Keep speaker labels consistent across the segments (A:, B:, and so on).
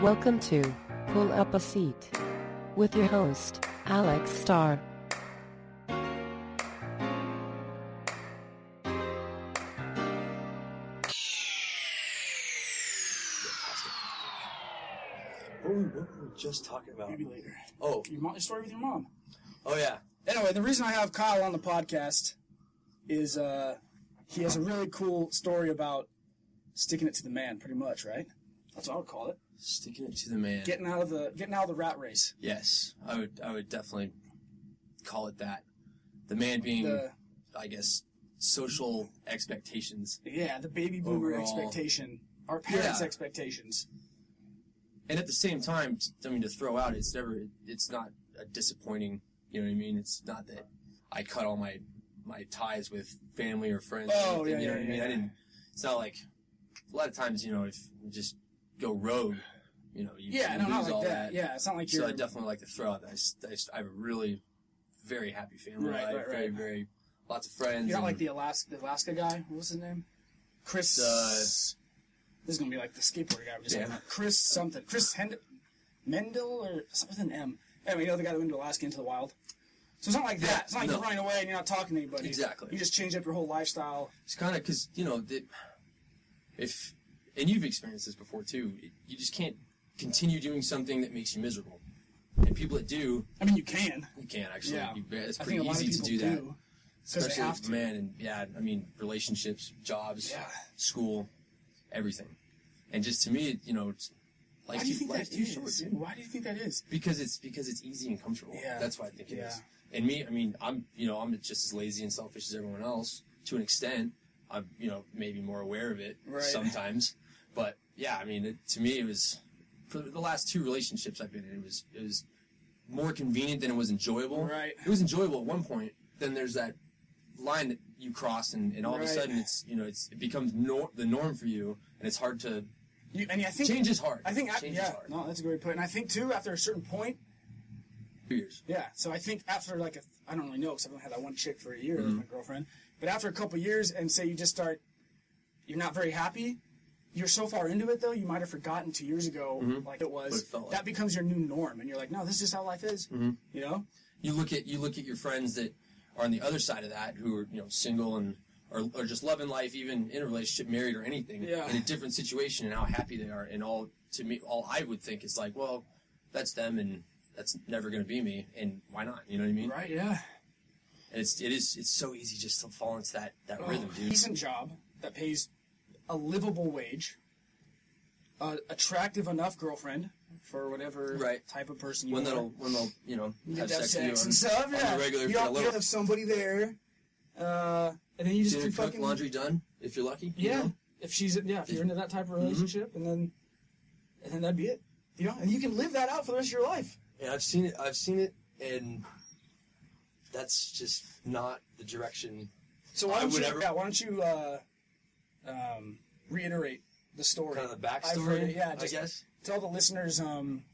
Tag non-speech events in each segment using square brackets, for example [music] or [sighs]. A: Welcome to Pull Up a Seat with your host, Alex Starr.
B: What were, Oh, we, what were we just talking about?
C: Maybe later.
B: Oh,
C: Your, mom, your story with your mom.
B: oh yeah.
C: Anyway, the reason I have Kyle on the podcast is uh, he has a really cool story about sticking it to the man, pretty much, right? That's what I would call it.
B: Sticking it to the man.
C: Getting out of the getting out of the rat race.
B: yes, I would. I would definitely call it that. The man being,
C: The
B: I guess, social expectations,
C: yeah, the baby boomer
B: Overall.
C: expectation, our parents'
B: Yeah.
C: expectations.
B: and at the same time, t- I mean, to throw out, it's never. It's not a disappointing. You know what I mean? It's not that I cut all my my ties with family or friends. or
C: Oh,
B: anything,
C: yeah,
B: you know
C: yeah,
B: what I mean?
C: yeah.
B: I didn't. It's not like a lot of times. You know, if you just go rogue, you know, you,
C: Yeah,
B: you
C: no,
B: lose
C: not like
B: all
C: that. Yeah, it's not like
B: So
C: you're.
B: I definitely like to throw out that I s- I, s- I have a really very happy family
C: Right,
B: life,
C: right,
B: very
C: right.
B: very lots of friends.
C: you're not
B: and-
C: like the Alaska, the Alaska guy. What was his name? Chris.
B: Uh,
C: this is gonna be like the skateboard guy. We just
B: Yeah.
C: yeah. Chris something. Chris Hend- Mendel or something with an M. Anyway, you know the guy who went to Alaska into the wild. So it's not like that. It's not like
B: no.
C: you're running away and you're not talking to anybody.
B: Exactly.
C: You just change up your whole lifestyle.
B: it's kind of because you know that if and you've experienced this before too. it- You just can't continue doing something that makes you miserable. And people that do,
C: I mean, you can.
B: you can't actually.
C: Yeah.
B: You- it's
C: I
B: pretty
C: think a lot
B: easy
C: of
B: to
C: people
B: do that,
C: because they
B: especially
C: have to.
B: man and yeah. I mean, relationships, jobs,
C: Yeah.
B: school, everything. And just to me, you know, it's,
C: Why
B: life's
C: do you
B: too-
C: think
B: life's
C: that
B: too short,
C: is?
B: dude.
C: Why do you think that is?
B: Because it's because it's easy and comfortable.
C: Yeah.
B: That's why I think it is.
C: Yeah.
B: And me, I mean, I'm you know I'm just as lazy and selfish as everyone else to an extent. I'm you know maybe more aware of it
C: Right.
B: sometimes, but yeah, I mean, it, to me it was for the last two relationships I've been in, it was it was more convenient than it was enjoyable.
C: Right.
B: It was enjoyable at one point. Then there's that line that you cross, and, and all of a
C: Right.
B: sudden it's you know it's it becomes nor- the norm for you, and it's hard to
C: You, and I think
B: change is hard.
C: I think I-
B: change is
C: yeah.
B: hard.
C: No, that's a great point. And I think too, after a certain point,
B: Two years.
C: Yeah, so I think after like a, I don't really know because I've only had that one chick for a year, my
B: Mm-hmm.
C: girlfriend. But after a couple years, and say you just start, you're not very happy. You're so far into it though, you might have forgotten two years ago like it
B: Mm-hmm. What
C: was.
B: it felt like. Mm-hmm.
C: that becomes your new norm, and you're like, no, this is just how life is. You know?
B: you look at you look at your friends that are on the other side of that who are you know single and or, or just loving life even in a relationship married or anything
C: Yeah.
B: in a different situation and how happy they are and all to me all i would think is like well that's them and that's never going to be me and why not you know what i mean
C: Right? Yeah.
B: and it's it is it's so easy just to fall into that that
C: Oh,
B: rhythm dude
C: Decent job that pays a livable wage. A attractive enough girlfriend for whatever
B: Right.
C: type of person you
B: one
C: are.
B: that'll one that'll you know
C: You
B: have
C: have
B: sex,
C: sex and
B: with you
C: stuff.
B: on,
C: Yeah,
B: on the regular
C: you
B: for a
C: don't
B: little
C: have somebody there, uh, and then you just
B: dinner
C: do
B: cook
C: fucking
B: laundry done if you're lucky you
C: Yeah,
B: know? Mm-hmm.
C: if she's yeah, if you're into that type of relationship, and then and then that'd be it. You know, and you can live that out for the rest of your life.
B: and I've seen it. I've seen it, and that's just not the direction.
C: So why
B: I
C: don't
B: would
C: you?
B: ever-
C: Yeah, why don't you uh, um, reiterate the story?
B: Kind of the
C: I've heard
B: backstory.
C: it, yeah, just
B: I guess.
C: tell the listeners. Um,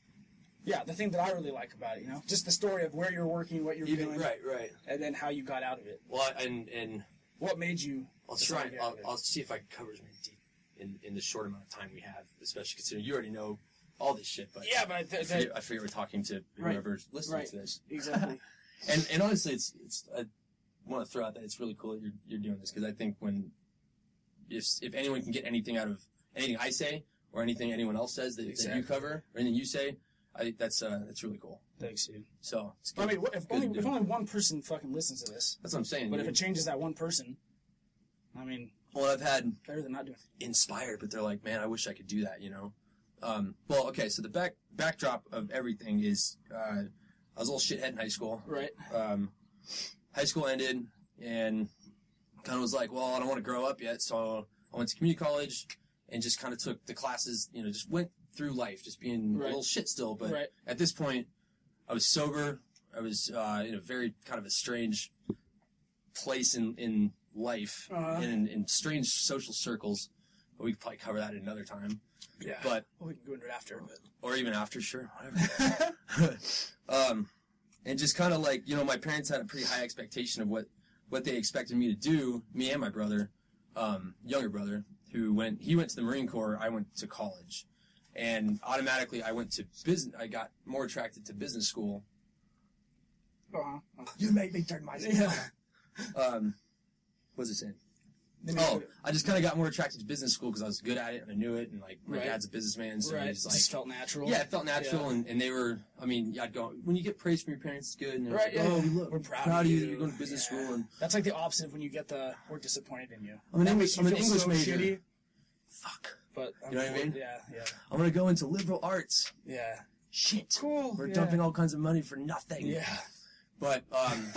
C: yeah, the thing that I really like about it, you know, just the story of where you're working, what you're
B: Even
C: doing,
B: right, right.
C: and then how you got out of it.
B: Well, I- and and
C: What made you?
B: I'll
C: decide
B: try.
C: to get out
B: I'll,
C: of it?
B: I'll see if I can cover as many deep in in the short amount of time we have, especially considering you already know all this shit. But
C: yeah, but I th-
B: I
C: th-
B: figure, I figure we're talking to
C: Right,
B: whoever's listening
C: right.
B: to this, [laughs]
C: exactly.
B: and and honestly, it's it's. I want to throw out that it's really cool that you're you're doing this because I think when if if anyone can get anything out of anything I say or anything anyone else says that, that
C: Exactly.
B: you cover or anything you say, I think that's uh that's really cool.
C: Thanks, dude.
B: So it's
C: I
B: good.
C: mean, what- if
B: Good
C: only
B: to
C: if
B: do.
C: only one person fucking listens to this.
B: that's what I'm saying.
C: But if
B: dude.
C: it changes that one person, I mean,
B: well, I've had
C: better than not doing it.
B: inspired, but they're like, man, I wish I could do that, you know? Um, well, okay, so the back backdrop of everything is uh, I was a little shithead in high school.
C: Right.
B: Um, high school ended and kind of was like, well, I don't want to grow up yet. So I went to community college and just kind of took the classes, you know, just went through life, just being
C: Right.
B: a little shit still. But
C: Right.
B: at this point, I was sober. I was uh, in a very kind of a strange place in, in life
C: Uh-huh.
B: and in, in strange social circles. But we could probably cover that at another time.
C: Yeah.
B: But
C: well, we can go into it after.
B: [laughs]
C: Oh,
B: or even after, sure, whatever. [laughs] um, and just kind of like you know, my parents had a pretty high expectation of what what they expected me to do. Me and my brother, um, younger brother, who went he went to the Marine Corps. I went to college. and automatically I went to business. I got more attracted to business school.
C: Uh-huh.
B: Oh.
C: You make me
B: [laughs]
C: turn my
B: Um, what was it saying? Oh, I just kind of got more attracted to business school because I was good at it and I knew it, and like my
C: Right.
B: dad's a businessman, so
C: right.
B: he
C: It
B: was like,
C: just felt natural.
B: yeah, it felt natural, and, and they were. I mean, yeah, I'd go when you get praise from your parents, it's good, and they're
C: Right,
B: like,
C: yeah.
B: oh, we look,
C: We're proud,
B: proud
C: of you.
B: you. that You're going to business
C: Yeah.
B: school, and
C: That's like the opposite of when you get the we're disappointed in you.
B: I'm an
C: That
B: English,
C: makes you
B: I'm an
C: feel
B: English
C: so
B: major.
C: shitty,
B: Fuck,
C: but
B: You know what I mean?
C: Yeah, yeah,
B: I'm going to go into liberal arts.
C: yeah.
B: Shit,
C: Cool.
B: we're
C: yeah.
B: dumping all kinds of money for nothing.
C: Yeah.
B: But
C: [laughs]
B: um,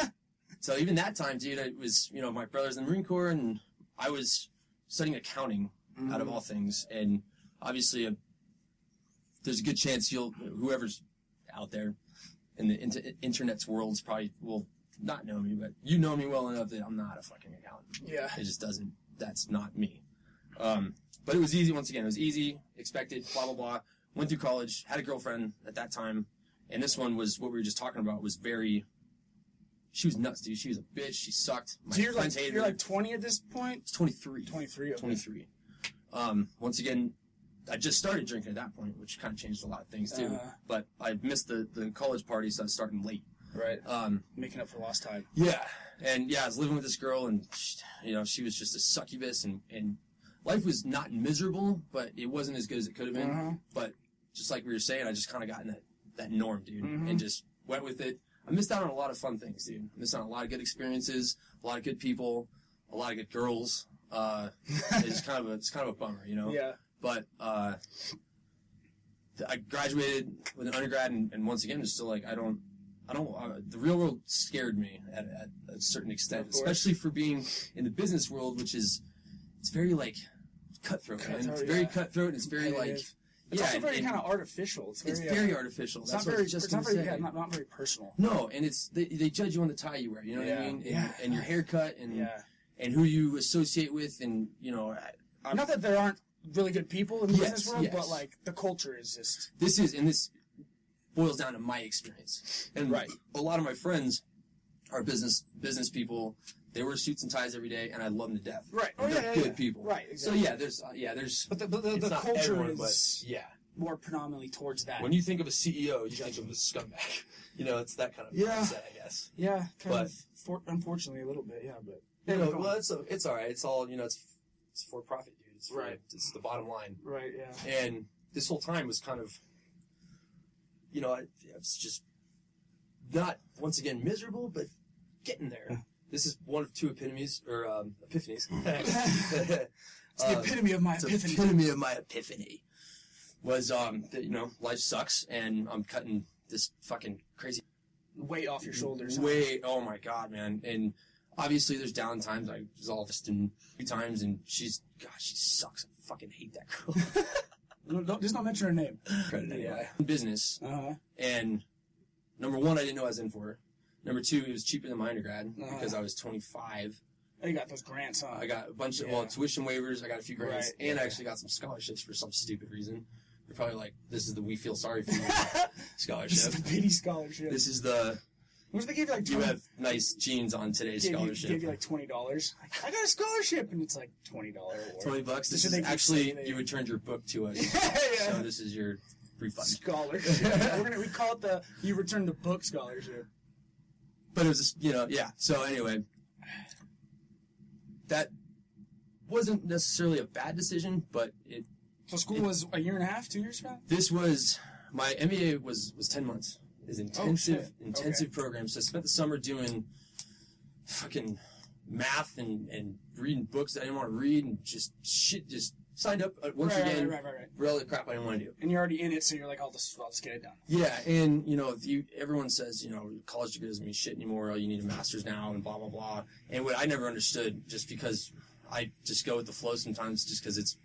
B: so even that time, dude, it was you know my brother's in the Marine Corps, and I was studying accounting out
C: Mm.
B: of all things, and obviously a, there's a good chance you'll whoever's out there in the inter- internet's worlds probably will not know me, but you know me well enough that I'm not a fucking accountant.
C: Yeah.
B: It just doesn't. That's not me. Um, but it was easy. Once again, it was easy. Expected. Blah blah blah. Went through college. Had a girlfriend at that time, and this one was what we were just talking about. Was very. She was nuts, dude. She was a bitch. She sucked. My
C: So you're
B: friends
C: like
B: hated
C: you're
B: her.
C: like 20 at this point.
B: It's 23.
C: 23. Okay.
B: 23. Um, once again, I just started drinking at that point, which kind of changed a lot of things too.
C: Uh-huh.
B: but I missed the, the college party, so I was starting late.
C: Right.
B: Um,
C: Making up for lost time.
B: yeah, and yeah, I was living with this girl, and she, you know she was just a succubus, and and life was not miserable, but it wasn't as good as it could have been.
C: Uh-huh.
B: But just like we were saying, I just kind of got in that that norm, dude,
C: Mhm.
B: and just went with it. I missed out on a lot of fun things, dude. I missed out on a lot of good experiences, a lot of good people, a lot of good girls. Uh,
C: [laughs]
B: it's kind of a, it's kind of a bummer, you know
C: Yeah.
B: but uh, th- I graduated with an undergrad, and, and once again, it's still like I don't, I don't. Uh, the real world scared me at, at a certain extent,
C: Of course.
B: especially for being in the business world, which is it's very like cutthroat, man.
C: Cutthroat,
B: It's very
C: yeah.
B: cutthroat, and it's very like
C: Competitive. It's
B: yeah,
C: also very
B: and-
C: kind of artificial. It's very.
B: it's
C: uh,
B: very artificial.
C: It's
B: That's
C: not
B: what I
C: very.
B: was just
C: It's not
B: gonna
C: very.
B: say.
C: Yeah, not, not very personal.
B: no, and it's they, they judge you on the tie you wear. You know what I
C: Yeah.
B: mean? And,
C: Yeah.
B: and your haircut and
C: Yeah.
B: and who you associate with, and you know. I, I'm-
C: Not that there aren't really good people in the
B: Yes,
C: business world,
B: yes.
C: but like the culture is just
B: this is and this boils down to my experience and
C: Right.
B: a lot of my friends are business business people they wear suits and ties every day and i love them to death
C: Right.
B: And
C: Oh,
B: they're
C: yeah, yeah,
B: good
C: yeah.
B: people
C: Right,
B: so
C: exactly.
B: yeah there's uh, yeah there's
C: But the, but the,
B: it's
C: the
B: not
C: culture
B: everyone,
C: is
B: but yeah
C: more predominantly towards that.
B: when you think of a ceo you think of a scumbag [laughs] you know it's that kind of
C: Yeah.
B: mindset, i guess
C: yeah, kind
B: but-
C: of. For, unfortunately, a little bit. Yeah, but
B: you
C: Yeah,
B: know,
C: go
B: well
C: on.
B: it's, a, it's all right it's all you know it's it's for profit dude it's for,
C: Right.
B: it's the bottom line
C: right. Yeah.
B: and this whole time was kind of, you know, I, I was just not once again miserable, but getting there. This is one of two epitomes or um, epiphanies. [laughs]
C: Uh, It's the
B: Um,
C: epitome of my
B: it's the
C: epiphany. [laughs]
B: epitome of my epiphany was um, that you know life sucks and I'm cutting this fucking crazy
C: Weight off your shoulders. huh?
B: way. Oh my god, man! And obviously there's down times. I was all this in a few times, and she's God, she sucks. I fucking hate that girl.
C: [laughs] No, don't, just don't mention her name.
B: Credit anyway. Business.
C: Uh-huh.
B: And number one, I didn't know I was in for. Number two, it was cheaper than my undergrad
C: Uh-huh.
B: because I was 25.
C: You got those grants, huh?
B: I
C: [laughs]
B: got a bunch of well
C: Yeah.
B: tuition waivers. I got a few grants,
C: Right,
B: and I
C: yeah.
B: actually got some scholarships for some stupid reason. You're probably like, "This is the we feel sorry for you
C: [laughs] This
B: scholarship.
C: is the pity scholarship.
B: this is the
C: Which they gave you like
B: you
C: 20
B: have nice jeans on today's
C: gave you,
B: scholarship."
C: gave you like twenty dollars. I got a scholarship, and it's like twenty dollar
B: Twenty
C: award.
B: bucks. This
C: So
B: is
C: they keep
B: actually
C: saying they-
B: you returned your book to us, so
C: [laughs] yeah.
B: this is your refund.
C: Scholarship. We're gonna we call it the you return the book scholarship.
B: but it was just, you know yeah so anyway that wasn't necessarily a bad decision but it
C: So school was a year and a half, two years back.
B: this was my mba was was 10 months is intensive
C: Oh, shit.
B: intensive program so i spent the summer doing fucking math and and reading books that i didn't want to read and just shit just signed up uh, once
C: right,
B: again
C: right, right, right, right.
B: for all the crap i didn't want to do
C: And you're already in it, so you're like, I'll just, I'll just get it done.
B: Yeah, and you know, if you, everyone says you know college degree doesn't mean shit anymore. You need a master's now, and blah blah blah. And what I never understood, just because I just go with the flow sometimes, just because it's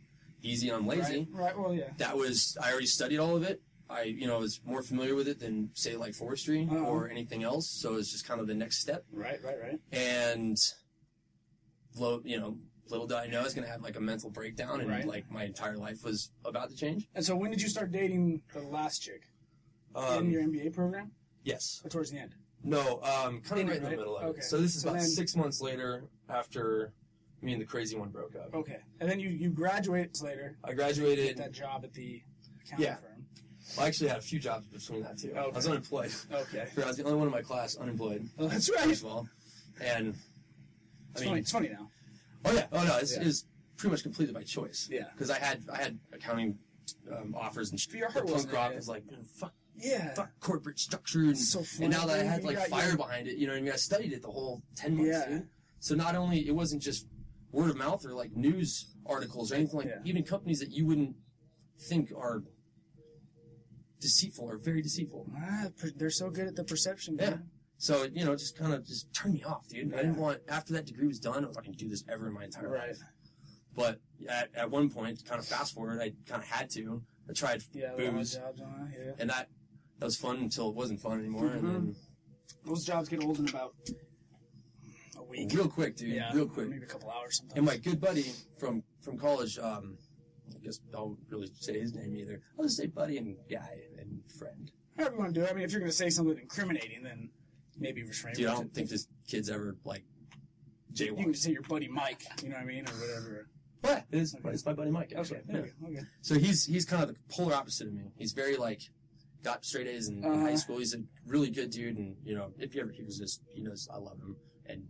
B: easy and I'm lazy.
C: Right, right. Well, yeah.
B: That was I already studied all of it. I you know was more familiar with it than say like forestry
C: Uh-huh.
B: or anything else. So it's just kind of the next step.
C: Right, right, right.
B: And lo, you know, little did I know I was gonna have like a mental breakdown, and
C: Right.
B: like my entire life was about to change.
C: And so, when did you start dating the last chick in your
B: Um,
C: MBA program?
B: yes.
C: Or towards the end?
B: No, um, kind of
C: In
B: right
C: it,
B: in the
C: right?
B: middle of
C: Okay.
B: it. So this is
C: So
B: about
C: then-
B: six months later after me and the crazy one broke up.
C: Okay. And then you you graduate later,
B: I
C: get
B: graduated.
C: that job at the accounting
B: Yeah.
C: firm.
B: I actually had a few jobs between that too. I was
C: Okay.
B: unemployed. [laughs]
C: Okay.
B: I was the only one in my class unemployed.
C: Oh, that's right.
B: First of all, and I
C: It's,
B: mean,
C: funny, it's funny now.
B: oh yeah, oh no, it's,
C: Yeah.
B: it's pretty much completely by choice.
C: Yeah.
B: because I had I had accounting um, offers and shit.
C: Your heart
B: The punk
C: wasn't
B: rock
C: in it.
B: was like "Man, fuck,
C: Yeah.
B: fuck corporate structure, and,
C: It's so funny,
B: and now that I
C: dude.
B: had
C: You
B: like
C: got
B: fire
C: your-
B: behind it, you know what I mean. I studied it the whole ten months.
C: Yeah.
B: dude. So not only it wasn't just word of mouth or like news articles or anything like
C: Yeah.
B: even companies that you wouldn't think are deceitful or very deceitful.
C: Ah, per- they're so good at the perception.
B: Yeah.
C: dude.
B: So you know, it just kind of just turned me off, dude. I didn't
C: Yeah.
B: want after that degree was done. I was not going to do this ever in my entire
C: Right.
B: life. But at, at one point, kind of fast forward, I kind of had to. I tried
C: Yeah. a lot of
B: booze,
C: jobs on that, yeah.
B: and that that was fun until it wasn't fun anymore. And
C: Mm-hmm. Those jobs get old in about a
B: then
C: week.
B: real quick, dude,
C: Yeah.
B: real quick.
C: Maybe a couple hours sometimes.
B: And my good buddy from from college, um, I guess I won't really say his name either. I'll just say buddy and guy and friend.
C: However you want to do it. I mean, if you're going to say something incriminating, then maybe restrain
B: Dude, I
C: yourself.
B: don't think this kid's ever like
C: You can
B: jaywalked.
C: just say your buddy Mike, you know what I mean, or whatever.
B: But it is, it's my buddy Mike. Actually.
C: Okay, there
B: Yeah.
C: you go. Okay.
B: So he's he's kind of the polar opposite of me. He's very like got straight A's in, in high
C: Uh-huh.
B: school. He's a really good dude, and you know if he ever hears this, he knows I love him, and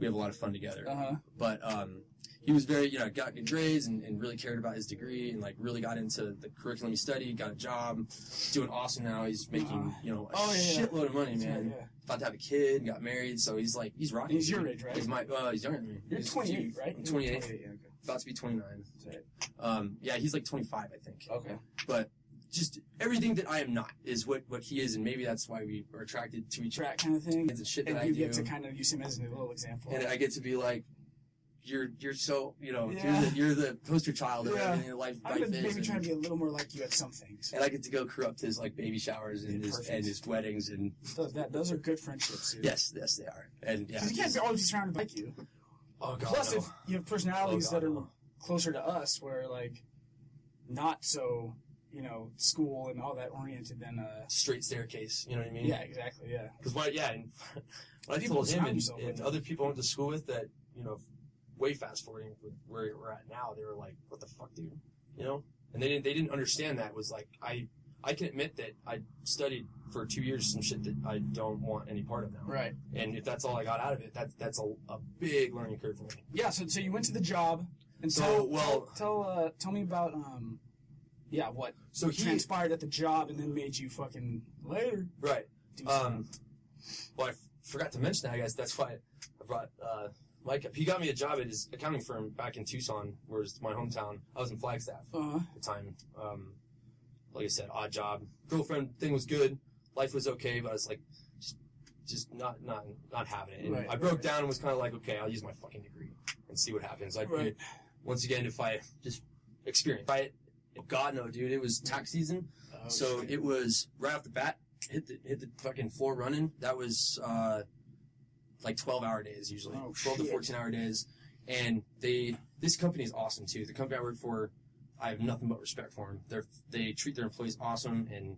B: we have a lot of fun together.
C: Uh huh.
B: But um, he was very you know got good grades and, and really cared about his degree and like really got into the curriculum he studied. Got a job, doing awesome now. He's making
C: Uh-huh.
B: you know a
C: Oh, yeah, yeah.
B: shitload of money,
C: Yeah,
B: man.
C: yeah.
B: About to have a kid, got married, so he's like he's rocking.
C: He's your age, right?
B: He's my uh, he's younger than me.
C: You're
B: He's a
C: 28,
B: few-
C: right?
B: I'm 28,
C: yeah,
B: about to be 29.
C: okay.
B: Um, yeah, he's like 25, I think
C: Okay.
B: but just everything that I am not is what what he is, and maybe that's why we are attracted to each other.
C: Track kind of thing.
B: It's the shit
C: and
B: that I
C: you
B: do,
C: get to kind of use him as a little example.
B: and I get to be like, you're you're so you know
C: Yeah.
B: you're, the, you're the poster child of
C: Yeah.
B: everything that life
C: I'm
B: life
C: gonna maybe
B: is,
C: trying
B: and,
C: to be a little more like you at some things.
B: and I get to go corrupt his like baby showers and
C: Yeah,
B: his
C: perfect.
B: and his weddings, and
C: Those, that, those are good friendships. Dude.
B: yes, yes they are, and yeah,
C: 'Cause you can't be always be surrounded by you.
B: oh god,
C: Plus,
B: no.
C: if you have personalities
B: Oh, God,
C: that are
B: no.
C: closer to us, where like not so you know school and all that oriented, then uh,
B: straight staircase, you know what I mean?
C: yeah, exactly, yeah.
B: Because what, yeah, and [laughs] what I
C: People
B: told him
C: surround
B: and,
C: yourself
B: and
C: with-
B: other people I went to school with that, you know, way fast forwarding with where we're at now, they were like, "What the fuck, dude?" You know, and they didn't they didn't understand that was like I I can admit that I studied for two years some shit that I don't want any part of now,
C: Right.
B: and if that's all I got out of it, that's that's a, a big learning curve for me.
C: Yeah. So so you went to the job, and
B: So,
C: tell
B: well-
C: tell tell, uh, tell me about um, yeah, what
B: So he
C: transpired at the job, and then made you fucking later
B: right.
C: do
B: Um, well, I f- forgot to mention that, I guess. That's why I brought uh, Mike up. He got me a job at his accounting firm back in Tucson, where's my hometown. I was in Flagstaff
C: Uh,
B: at the time. Um, like I said, odd job. Girlfriend thing was good. Life was okay, but I was like, just, just not, not, not having it. And
C: Right,
B: I broke
C: right.
B: down and was kind of like, okay, I'll use my fucking degree and see what happens. Like,
C: Right.
B: once again, if I just experience, if I, God no, dude, it was tax season
C: Oh,
B: oh, so it was right off the bat, hit the hit the fucking floor running. That was uh, like twelve hour days usually,
C: Oh,
B: twelve to
C: shit.
B: fourteen hour days. And they this company is awesome too. The company I work for, I have nothing but respect for them. They they treat their employees awesome, and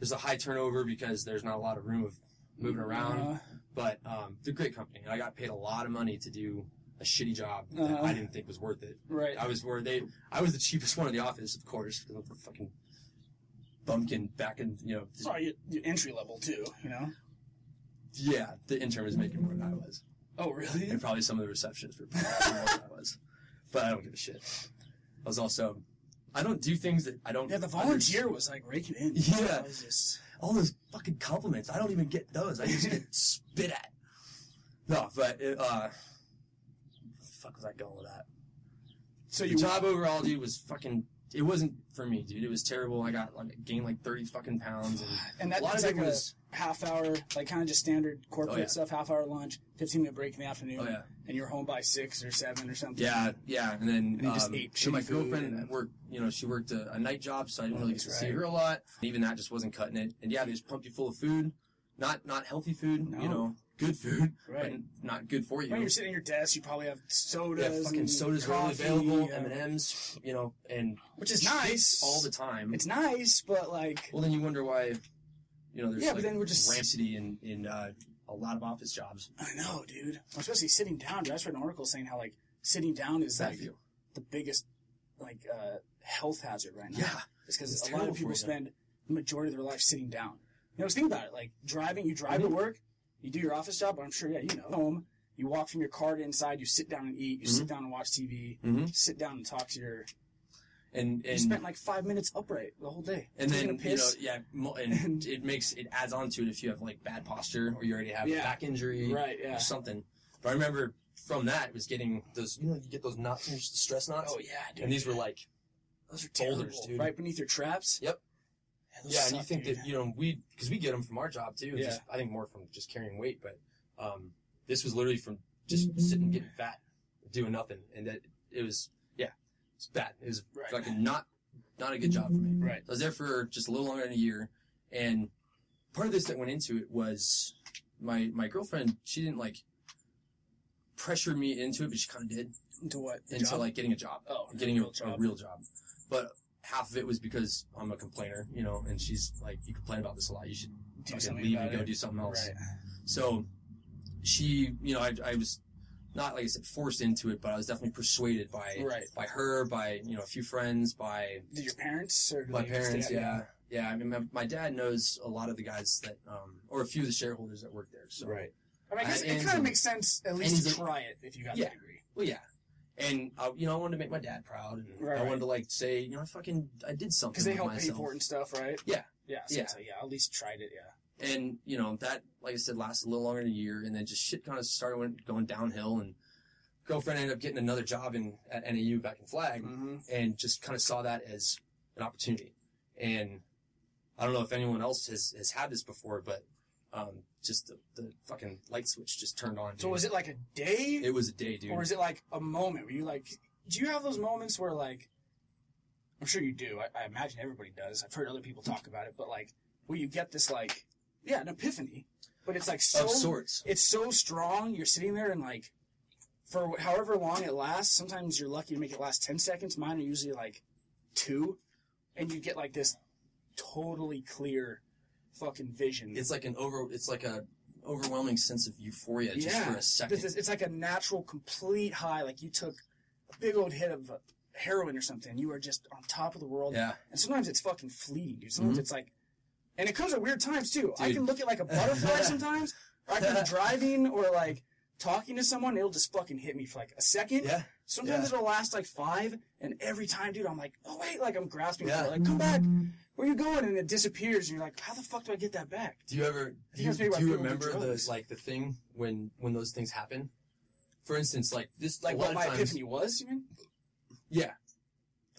B: there's a high turnover because there's not a lot of room of moving around.
C: Uh,
B: But um, they're a great company, and I got paid a lot of money to do a shitty job that
C: Uh-huh.
B: I didn't think was worth it.
C: right.
B: I was where they. I was the cheapest one in the office, of course, because I'm the fucking bumpkin back in. You know, just-
C: Sorry, you you entry level too. You know.
B: yeah, the intern was making more than I was,
C: Oh really?
B: and probably some of the receptionists were probably making more than I was. But I don't give a shit. I was also. I don't do things that I don't.
C: Yeah, the
B: understand.
C: volunteer was like raking in.
B: Yeah.
C: I was just-
B: all those fucking compliments. I don't even get those. I just get [laughs] spit at. No, but it, uh, where the fuck was I going with that?
C: So
B: The
C: you
B: job overall, dude, was fucking. It wasn't for me, dude. It was terrible. I got like gained like thirty fucking pounds, and,
C: and that
B: a lot
C: that's
B: of it
C: like a
B: was
C: half hour, like kind of just standard corporate
B: Oh, yeah.
C: stuff. Half hour lunch, fifteen minute break in the afternoon,
B: Oh, yeah.
C: and you're home by six or seven or something.
B: Yeah, yeah, and then
C: they just
B: um,
C: ate
B: so my
C: shitty food
B: girlfriend
C: and- Oh,
B: worked. You know, she worked a, a night job, so I didn't really get to
C: That's
B: see
C: right.
B: her a lot. And even that just wasn't cutting it. And yeah, they just pumped you full of food, not not healthy food.
C: No.
B: You know, good food,
C: Right.
B: but not good for you.
C: When you're sitting at your desk, you probably have sodas.
B: yeah, fucking
C: and
B: sodas were only
C: coffee,
B: available,
C: yeah.
B: M and M's, you know, and
C: which is nice
B: all the time.
C: It's nice, but like
B: well, then you wonder why, you know, there's
C: Yeah,
B: like
C: but then we're just-
B: rancidity in in uh, a lot of office jobs.
C: I know, dude. Especially sitting down. dude. I just read an article saying how like sitting down is
B: Bad
C: like
B: for you.
C: the biggest like uh, health hazard right now.
B: Yeah,
C: is because
B: It's
C: a lot
B: terrible
C: of
B: for
C: people
B: you.
C: spend the majority of their life sitting down. You know, just think about it. Like driving, you drive
B: Mm-hmm.
C: to work, you do your office job. But I'm sure, yeah, you know, home. You walk from your car to inside. You sit down and eat. You sit
B: Mm-hmm.
C: down and watch TV. You sit down and talk to your.
B: and
C: You
B: and
C: spent like five minutes upright the whole day.
B: and then
C: Taking a
B: you know
C: piss.
B: yeah, mo-
C: [laughs]
B: and it makes it adds on to it if you have like bad posture or you already have
C: Yeah.
B: a back injury
C: Right, yeah.
B: or something. But I remember from that was getting those you know you get those knots the stress knots
C: oh yeah, dude.
B: and these were like
C: Those are
B: boulders,
C: terrible.
B: dude.
C: Right beneath your traps.
B: Yep.
C: Yeah, those
B: Yeah, and
C: suck,
B: you think
C: dude.
B: that you know we because we get them from our job too.
C: Yeah.
B: Just, I think more from just carrying weight, but um, this was literally from just sitting, getting fat, doing nothing, and that it was yeah, it's bad. It was
C: Right.
B: fucking not not a good job for me.
C: Right.
B: So I was there for just a little longer than a year, and part of this that went into it was my my girlfriend. She didn't like pressure me into it, but she kind of did
C: Into what? The
B: into
C: job?
B: like getting a job
C: oh,
B: getting a,
C: real job.
B: a real job. But half of it was because I'm a complainer, you know, and she's like, you complain about this a lot. You should
C: do
B: fucking
C: something
B: leave
C: about
B: and go
C: it.
B: do something else.
C: Right.
B: So she, you know, I, I was not, like I said, forced into it, but I was definitely persuaded by,
C: Right.
B: by her, by, you know, a few friends, by
C: Did your parents or did
B: my
C: they just-
B: parents. yeah. Yeah. I mean, my, my dad knows a lot of the guys that, um, or a few of the shareholders that work there. So,
C: Right. I mean, I guess
B: I-
C: it
B: and-
C: kind of makes sense at
B: and
C: least to
B: he's a-
C: try it if you got
B: Yeah.
C: the degree.
B: well, yeah. And I, you know, I wanted to make my dad proud, and
C: Right,
B: I
C: right.
B: wanted to like say, you know, I fucking I did something
C: Because they
B: with
C: help pay
B: myself.
C: for it and stuff, right?
B: Yeah.
C: Yeah. So
B: Yeah.
C: yeah. yeah. At least tried it. Yeah.
B: and you know that like i said lasted a little longer than a year and then just shit kind of started went, going downhill and girlfriend ended up getting another job in at nau back in flag
C: Mm-hmm.
B: and just kind of saw that as an opportunity and i don't know if anyone else has, has had this before but um, just the, the fucking light switch just turned on
C: So was it like a day,
B: it was a day dude
C: or is it like a moment? Were you like, do you have those moments where like, I'm sure you do. I, I imagine everybody does. I've heard other people talk about it, but like, where you get this like, yeah, an epiphany, but it's like so
B: of sorts
C: it's so strong. You're sitting there and like, for however long it lasts. Sometimes you're lucky to make it last ten seconds. Mine are usually like two, and you get like this totally clear fucking vision.
B: it's like an over it's like a overwhelming sense of euphoria just for a second
C: This is, it's like a natural, complete high. Like you took a big old hit of uh, heroin or something. You are just on top of the world.
B: yeah
C: And sometimes it's fucking fleeting, dude. Sometimes it's like, and it comes at weird times too. I
B: Mm-hmm. Dude.
C: can look at like
B: [laughs]
C: a butterfly sometimes, or I can be driving or like talking to someone. It'll just fucking hit me for like a second.
B: yeah
C: Sometimes
B: Yeah.
C: it'll last like five, and every time, dude, I'm like, oh wait, like I'm grasping
B: Yeah.
C: for it. Like, come back. Where you going? And it disappears, and you're like, how the fuck do I get that back?
B: Do you ever do
C: think
B: you,
C: that's maybe
B: do
C: why
B: you
C: people do
B: remember the
C: drugs.
B: like the thing when when those things happen? For instance, like this,
C: Like
B: a
C: what
B: lot
C: my
B: of times,
C: epiphany was, you mean?
B: yeah,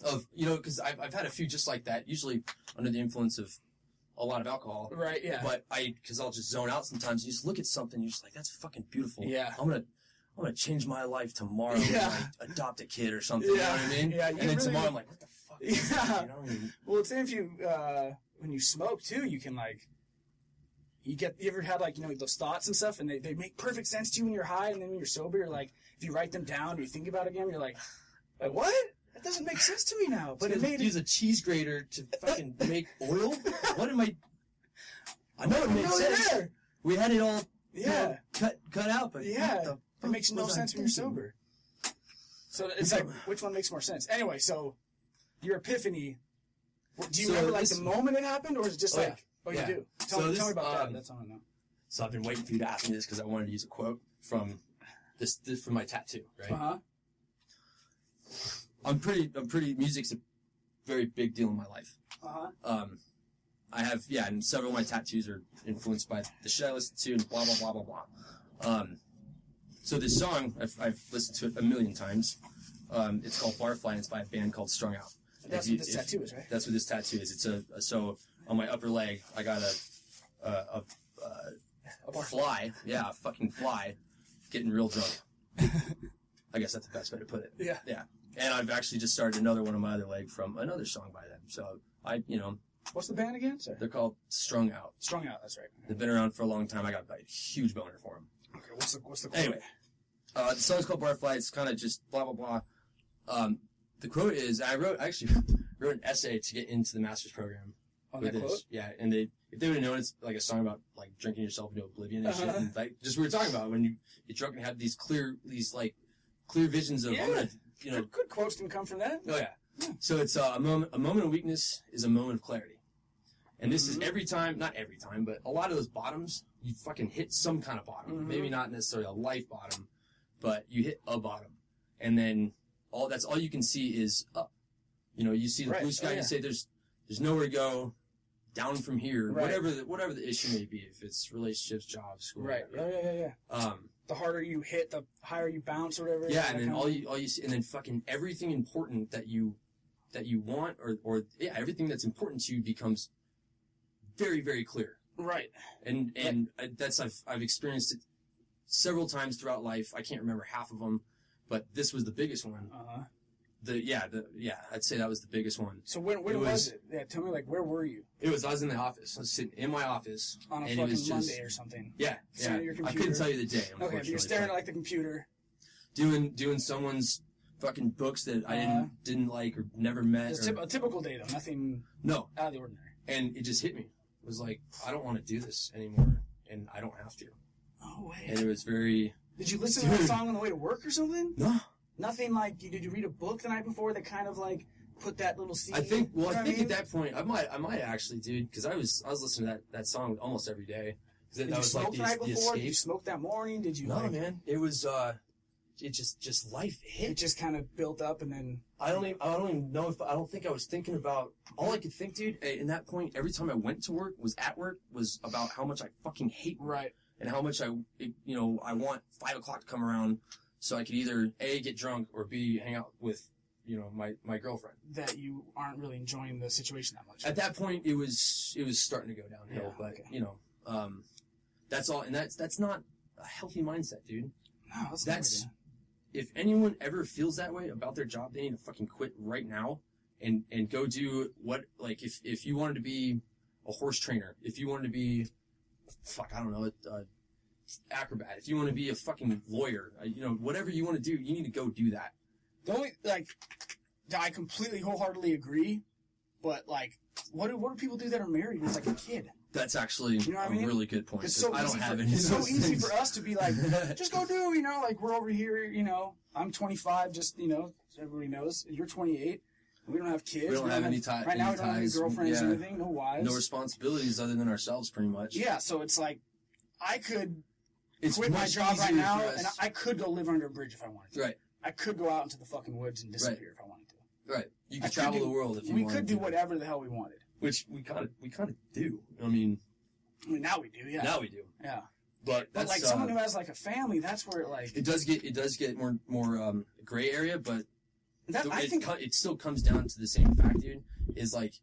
B: of you know, because I've I've had a few just like that, usually under the influence of a lot of alcohol.
C: Right? Yeah.
B: But I, because I'll just zone out sometimes. You just look at something, you're just like, that's fucking beautiful.
C: Yeah.
B: I'm gonna. I'm gonna change my life tomorrow
C: Yeah.
B: and like, adopt a kid or something. You know
C: Yeah.
B: what I mean?
C: Yeah,
B: and
C: you
B: then
C: really-
B: tomorrow I'm like, what the fuck? is this?
C: [laughs] Yeah.
B: You know? and-
C: Well, it's if you uh, when you smoke too, you can like you get. You ever had like you know those thoughts and stuff, and they, they make perfect sense to you when you're high, and then when you're sober, you're like if you write them down or you think about it again, you're like, like what? That doesn't make sense to me now. But it
B: Use-
C: made
B: use a cheese grater to
C: [laughs]
B: fucking make oil. What am I? I know it
C: I'm a
B: makes sense.
C: millionaire.
B: We had it all you know,
C: Yeah,
B: cut cut out, but what
C: yeah.
B: the
C: It
B: fuck
C: makes no
B: was I
C: sense when you're
B: thinking?
C: sober. So it's like which one makes more sense? Anyway, so your epiphany. Do you
B: So
C: remember like
B: this-
C: the moment it happened, or is it just
B: Oh,
C: like
B: yeah.
C: oh you
B: Yeah.
C: do? Tell,
B: So
C: me,
B: this,
C: tell me about
B: um,
C: that. That's all I know.
B: So I've been waiting for you to ask me this because I wanted to use a quote from this, this from my tattoo. Right.
C: Uh huh.
B: I'm pretty. I'm pretty. Music's a very big deal in my life.
C: Uh huh.
B: Um, I have yeah, and several of my tattoos are influenced by the shit I listen to and blah blah blah blah blah. Um, so this song I've, I've listened to it a million times. Um, it's called Barfly and it's by a band called Strung Out.
C: That's
B: If you-
C: what this
B: if-
C: tattoo is, right?
B: That's what this tattoo is. It's a, a- so on my upper leg I got a a, uh, a, a, a fly, yeah, a fucking fly, getting real drunk. I guess that's the best way to put it.
C: Yeah.
B: Yeah. And I've actually just started another one on my other leg from another song by them. So I, you know,
C: What's the band again? Sorry.
B: they're called Strung Out.
C: Strung Out. That's right.
B: They've been around for a long time. I got a huge boner for them.
C: Okay. What's the What's the
B: Anyway, uh, the song's called Butterfly. It's kind of just blah blah blah. Um, the quote is I wrote I actually [laughs] wrote an essay to get into the master's program
C: on
B: with
C: that
B: this.
C: quote?
B: Yeah, and they if they would have known it's like a song about like drinking yourself into oblivion and shit,
C: Uh-huh.
B: and, like just we were talking about when you get drunk and have these clear these like clear visions of I'm
C: Yeah.
B: gonna, you know
C: Good, good quotes can come from that.
B: oh yeah So it's uh, a moment. A moment of weakness is a moment of clarity, and this
C: Mm-hmm.
B: is every time. Not every time, but a lot of those bottoms, you fucking hit some kind of bottom.
C: Mm-hmm.
B: Maybe not necessarily a life bottom, but you hit a bottom, and then all that's all you can see is up. You know, you see the
C: Right.
B: blue sky.
C: Oh, yeah.
B: You say, "There's, there's nowhere to go." Down from here,
C: Right.
B: whatever the, whatever the issue may be, if it's relationships, jobs, school,
C: Right. Yeah,
B: whatever.
C: yeah, yeah, yeah.
B: Um,
C: The harder you hit, the higher you bounce or whatever.
B: yeah, and then all you all you see, and then fucking everything important that you that you want or or yeah, everything that's important to you becomes very very clear.
C: Right.
B: And and uh, that's I've I've experienced it several times throughout life. I can't remember half of them, but this was the biggest one.
C: Uh-huh.
B: The yeah, the yeah, I'd say that was the biggest one.
C: So when, when
B: It
C: was,
B: was-
C: it? Yeah, tell me, like, where were you?
B: It was I was in the office. I was sitting in my office
C: On a
B: and it
C: fucking
B: was just
C: Monday or something.
B: yeah, yeah.
C: Staring at your
B: I
C: computer.
B: couldn't tell you the day.
C: Okay, but
B: unfortunately,
C: you're staring
B: but-
C: at, like, the computer.
B: doing doing someone's fucking books that I
C: Uh-huh.
B: didn't didn't like or never met.
C: It's
B: Or,
C: typ- a typical day, though. Nothing
B: no,
C: out of the ordinary.
B: and it just hit me. It was like I don't want to do this anymore, and I don't have to.
C: Oh,
B: And
C: wait.
B: it was very
C: Did you listen to that
B: Dude.
C: song on the way to work or something?
B: no.
C: Nothing like, you, did you read a book the night before that kind of, like, put that little seed?
B: I think
C: you
B: well, I
C: know what
B: think
C: mean?
B: at that point I might I might actually, dude, because I was I was listening to that that song almost every day. 'Cause that,
C: Did
B: that
C: you
B: was
C: smoke
B: like
C: the,
B: the,
C: night
B: the
C: before? Did you
B: escape.
C: smoke that morning? Did you,
B: No,
C: like,
B: man, it was uh, it just just life
C: it
B: hit.
C: just kind of built up and then,
B: I don't even I don't even know if I don't think I was thinking about all I could think, dude. a- In that point, every time I went to work was at work was about how much I fucking hate work.
C: right.
B: and how much I, you know, I want five o'clock to come around so I could either A, get drunk or B, hang out with, you know, my, my girlfriend.
C: that you aren't really enjoying the situation that much.
B: At that point, it was, it was starting to go downhill,
C: Yeah,
B: but,
C: okay.
B: you know, um, that's all. And that's, that's not a healthy mindset, dude.
C: no, that's,
B: that's-
C: not
B: If anyone ever feels that way about their job, they need to fucking quit right now and, and go do what, like, if, if you wanted to be a horse trainer, if you wanted to be, fuck, I don't know, a, a acrobat, if you want to be a fucking lawyer, uh, you know, whatever you want to do, you need to go do that.
C: good. the only like I completely wholeheartedly agree, but like what do what do people do that are married with like a kid?
B: That's actually
C: You know what
B: a
C: I mean?
B: really good point.
C: It's
B: 'cause
C: so
B: I don't
C: easy
B: have
C: for,
B: any
C: it's
B: of
C: so
B: those
C: easy
B: things.
C: for us to be like,
B: [laughs]
C: just go do, you know, like we're over here, you know, I'm 25, just you know, so everybody knows youws you are 28. We don't have kids.
B: We don't have any ti-
C: Right now,
B: any
C: we don't have any
B: ties,
C: girlfriends or
B: yeah.
C: anything, no wives.
B: No responsibilities other than ourselves, pretty much.
C: yeah, so it's like I could
B: it's
C: quit my
B: much
C: job right
B: easier
C: now,
B: for
C: and
B: us-
C: I could go live under a bridge if I wanted to.
B: right,
C: I could go out into the fucking woods and disappear if I wanted to.
B: right. You
C: I
B: could
C: could
B: travel
C: do-
B: the world if you
C: we
B: wanted
C: could do
B: to.
C: whatever the hell we wanted.
B: Which we kind of we kind of do. I mean,
C: I mean, now we do, yeah,
B: now we do.
C: yeah.
B: But
C: But
B: that's
C: like
B: uh,
C: someone who has like a family, that's where it, like
B: it does get it does get more more um, gray area, but
C: that.
B: Th-
C: I
B: it,
C: think
B: co- it still comes down to the same fact, dude. Is like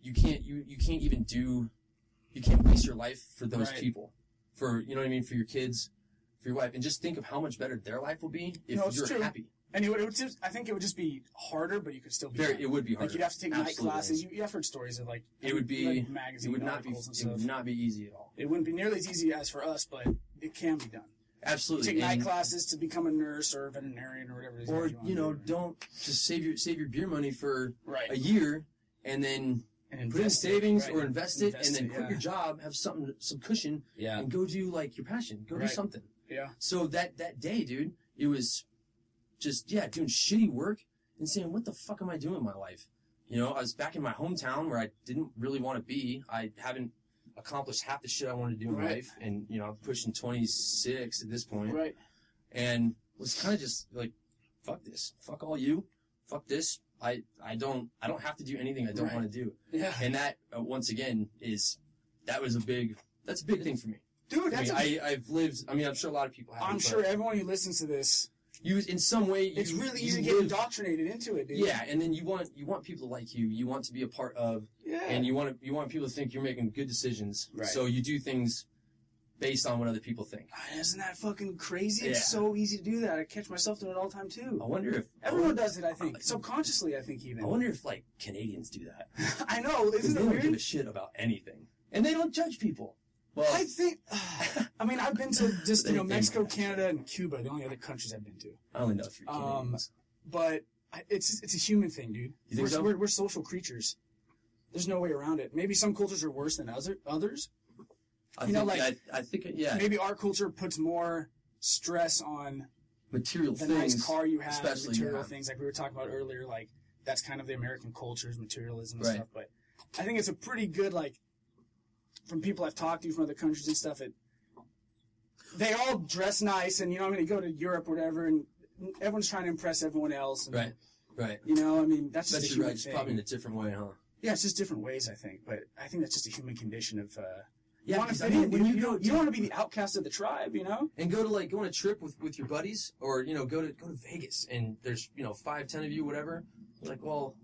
B: you can't you you can't even do you can't waste your life for those
C: Right.
B: people, for you know what I mean, for your kids, for your wife, and just think of how much better their life will be if
C: No, it's
B: you're
C: true.
B: happy.
C: and it would, it would just, I think it would just be harder, but you could still be
B: Very,
C: fine.
B: it would be harder.
C: like you'd have to take
B: Absolutely.
C: night classes. You, you have heard stories of like
B: It would be.
C: like,
B: it
C: magazine
B: would not be.
C: articles and
B: It
C: stuff.
B: would not be easy at all.
C: It wouldn't be nearly as easy as for us, but it can be done. You
B: Absolutely.
C: take night
B: and-
C: classes to become a nurse or a veterinarian or whatever. It is
B: or
C: wanna
B: you know,
C: do.
B: don't just save your save your beer money for
C: right
B: a year and then
C: and
B: put in
C: invest it,
B: savings
C: right.
B: or invest it
C: Invest
B: and then
C: it,
B: quit
C: yeah.
B: your job, have something some cushion,
C: yeah
B: and go do like your passion. Go
C: Right.
B: do something.
C: yeah
B: So that that day, dude, it was just yeah, doing shitty work and saying, "What the fuck am I doing with my life?" You know, I was back in my hometown where I didn't really want to be. I haven't accomplished half the shit I wanted to do in
C: Right.
B: life, and you know, I'm pushing 26 at this point,
C: right
B: and was kind of just like, "Fuck this, fuck all you, fuck this." I I don't I don't have to do anything I don't
C: Right.
B: want to do,
C: yeah.
B: and that uh, once again is that was a big that's a big thing for me.
C: Dude,
B: I
C: that's
B: mean,
C: a
B: I, I've lived. I mean, I'm sure a lot of people have.
C: I'm
B: but-
C: sure everyone who listens to this,
B: you in some way
C: it's
B: you-
C: really
B: you
C: easy to get
B: live-
C: indoctrinated into it, dude.
B: yeah and then you want you want people to like you you want to be a part of
C: yeah.
B: and you want to you want people to think you're making good decisions
C: Right.
B: so you do things based on what other people think
C: God, Ah, isn't that fucking crazy? It's
B: Yeah.
C: so easy to do that. I catch myself doing it all the time too.
B: i wonder if
C: Everyone does it, I think. Subconsciously, I think
B: Uh, i
C: even.
B: wonder if like canadians do that
C: [laughs] I know,
B: because
C: isn't
B: they
C: it
B: don't give a
C: weird?
B: shit about anything and they don't judge people well
C: I think. [sighs] I mean, I've been to just you know
B: They- they-
C: Mexico, Canada, and Cuba, the only other countries I've been to.
B: i only know three
C: Um,
B: canadians
C: But I, it's it's a human thing, dude.
B: You think
C: we're,
B: so?
C: we're we're social creatures. There's no way around it. Maybe some cultures are worse than other others.
B: I,
C: you
B: think,
C: know,
B: I, I think yeah
C: Maybe our culture puts more stress on
B: material
C: the
B: things
C: nice car you have,
B: especially uh,
C: material
B: yeah.
C: things like we were talking about earlier, like that's kind of the American culture's materialism and
B: Right.
C: stuff. But I think it's a pretty good like from people I've talked to from other countries and stuff. It they all dress nice, and you know, I mean, you go to Europe, or whatever, and everyone's trying to impress everyone else. And,
B: Right. Right.
C: You know, I mean, that's just a
B: Bet you're
C: human
B: right. It's
C: thing.
B: probably in a different way, huh?
C: Yeah, it's just different ways, I think. But I think that's just a human condition of. Uh,
B: Yeah,
C: you want to
B: because, I
C: fit
B: mean,
C: in.
B: when
C: dude.
B: you
C: You
B: go-
C: don't, you don't want to be the outcast of the tribe, you know?
B: and go to like go on a trip with with your buddies or you know go to go to Vegas and there's you know five ten of you whatever You're like well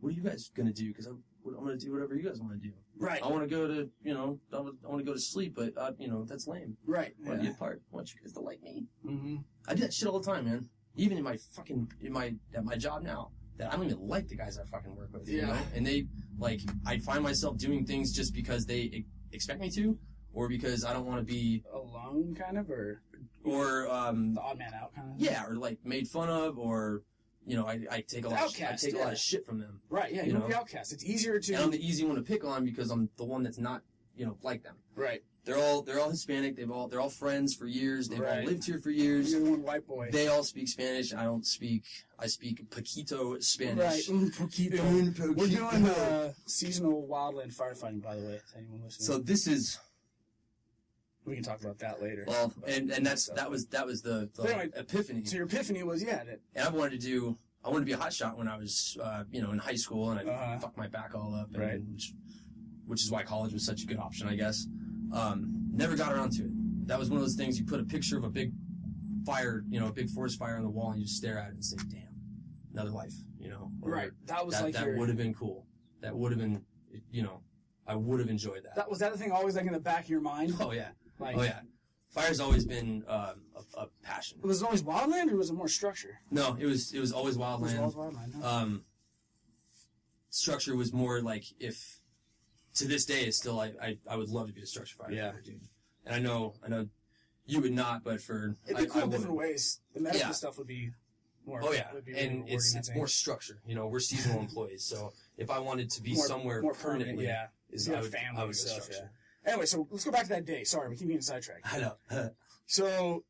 B: what are you guys gonna do because I'm I'm gonna do whatever you guys want to do
C: Right.
B: I want to go to you know I want to go to sleep but uh, you know that's lame
C: Right.
B: I want to
C: Yeah.
B: be apart I want you guys to like me
C: Mm-hmm.
B: I do that shit all the time man even in my fucking in my at my job now that I don't even like the guys I fucking work with you
C: Yeah.
B: know and they like I find myself doing things just because they e- expect me to or because I don't want to be
C: Alone, kind of, or
B: or um,
C: the odd man out, kind of.
B: yeah, or like made fun of, or you know, I, I take a lot, of, I
C: Outcast,
B: take a lot
C: yeah.
B: of shit from them,
C: Right. Yeah. You,
B: You
C: don't be
B: know?
C: outcast. It's easier to.
B: and I'm the easy one to pick on because I'm the one that's not, you know, like them.
C: right.
B: They're all they're all Hispanic. They've all they're all friends for years. They've
C: Right.
B: all lived here for years.
C: You're the one white boy.
B: They all speak Spanish. I don't speak. I speak poquito
C: right.
B: Spanish.
C: Un poquito.
B: Un poquito.
C: We're doing uh, seasonal wildland firefighting, by the way. If anyone listening,
B: So this is
C: we can talk about that later.
B: well, and and that's that was that was the, the
C: Anyway,
B: epiphany.
C: So your epiphany was, yeah, that,
B: And I wanted to do. I wanted to be a hot shot when I was, uh, you know, in high school, and I
C: Uh-huh.
B: fucked my back all up, and
C: Right.
B: which, which is why college was such a good option, I guess. Um, never got around to it. That was one of those things you put a picture of a big fire, you know, a big forest fire on the wall, and you just stare at it and say, "Damn, another life," you know. or
C: right. That was
B: that
C: like
B: that
C: your.
B: would have been cool. That would have been, you know, I would have enjoyed that.
C: That was that the thing always like in the back of your mind.
B: [laughs] oh yeah,
C: Like,
B: oh yeah. Fire's always been um, a, a passion.
C: Was it always wildland or was it more structure?
B: No, it was it was always
C: It was
B: wildland.
C: always wildland. huh?
B: um, structure was more like if to this day it's still I, I, I would love to be a structure firefighter,
C: Yeah.
B: dude. And I know I know you would not, but for
C: It'd
B: I,
C: be cool
B: I
C: in different
B: would.
C: ways. The medical
B: Yeah.
C: stuff would be more.
B: Oh yeah,
C: would be
B: and
C: really
B: it's
C: rewarding, I
B: it's
C: think.
B: more structure. You know, we're
C: [laughs]
B: seasonal employees, so if I wanted to be
C: More-
B: somewhere
C: more permanent.
B: permanently,
C: Yeah,
B: is
C: Yeah,
B: I would,
C: family
B: I would go
C: stuff,
B: structure.
C: Anyway, so let's go back to that day. Sorry, we keep getting sidetracked.
B: I know. [laughs]
C: So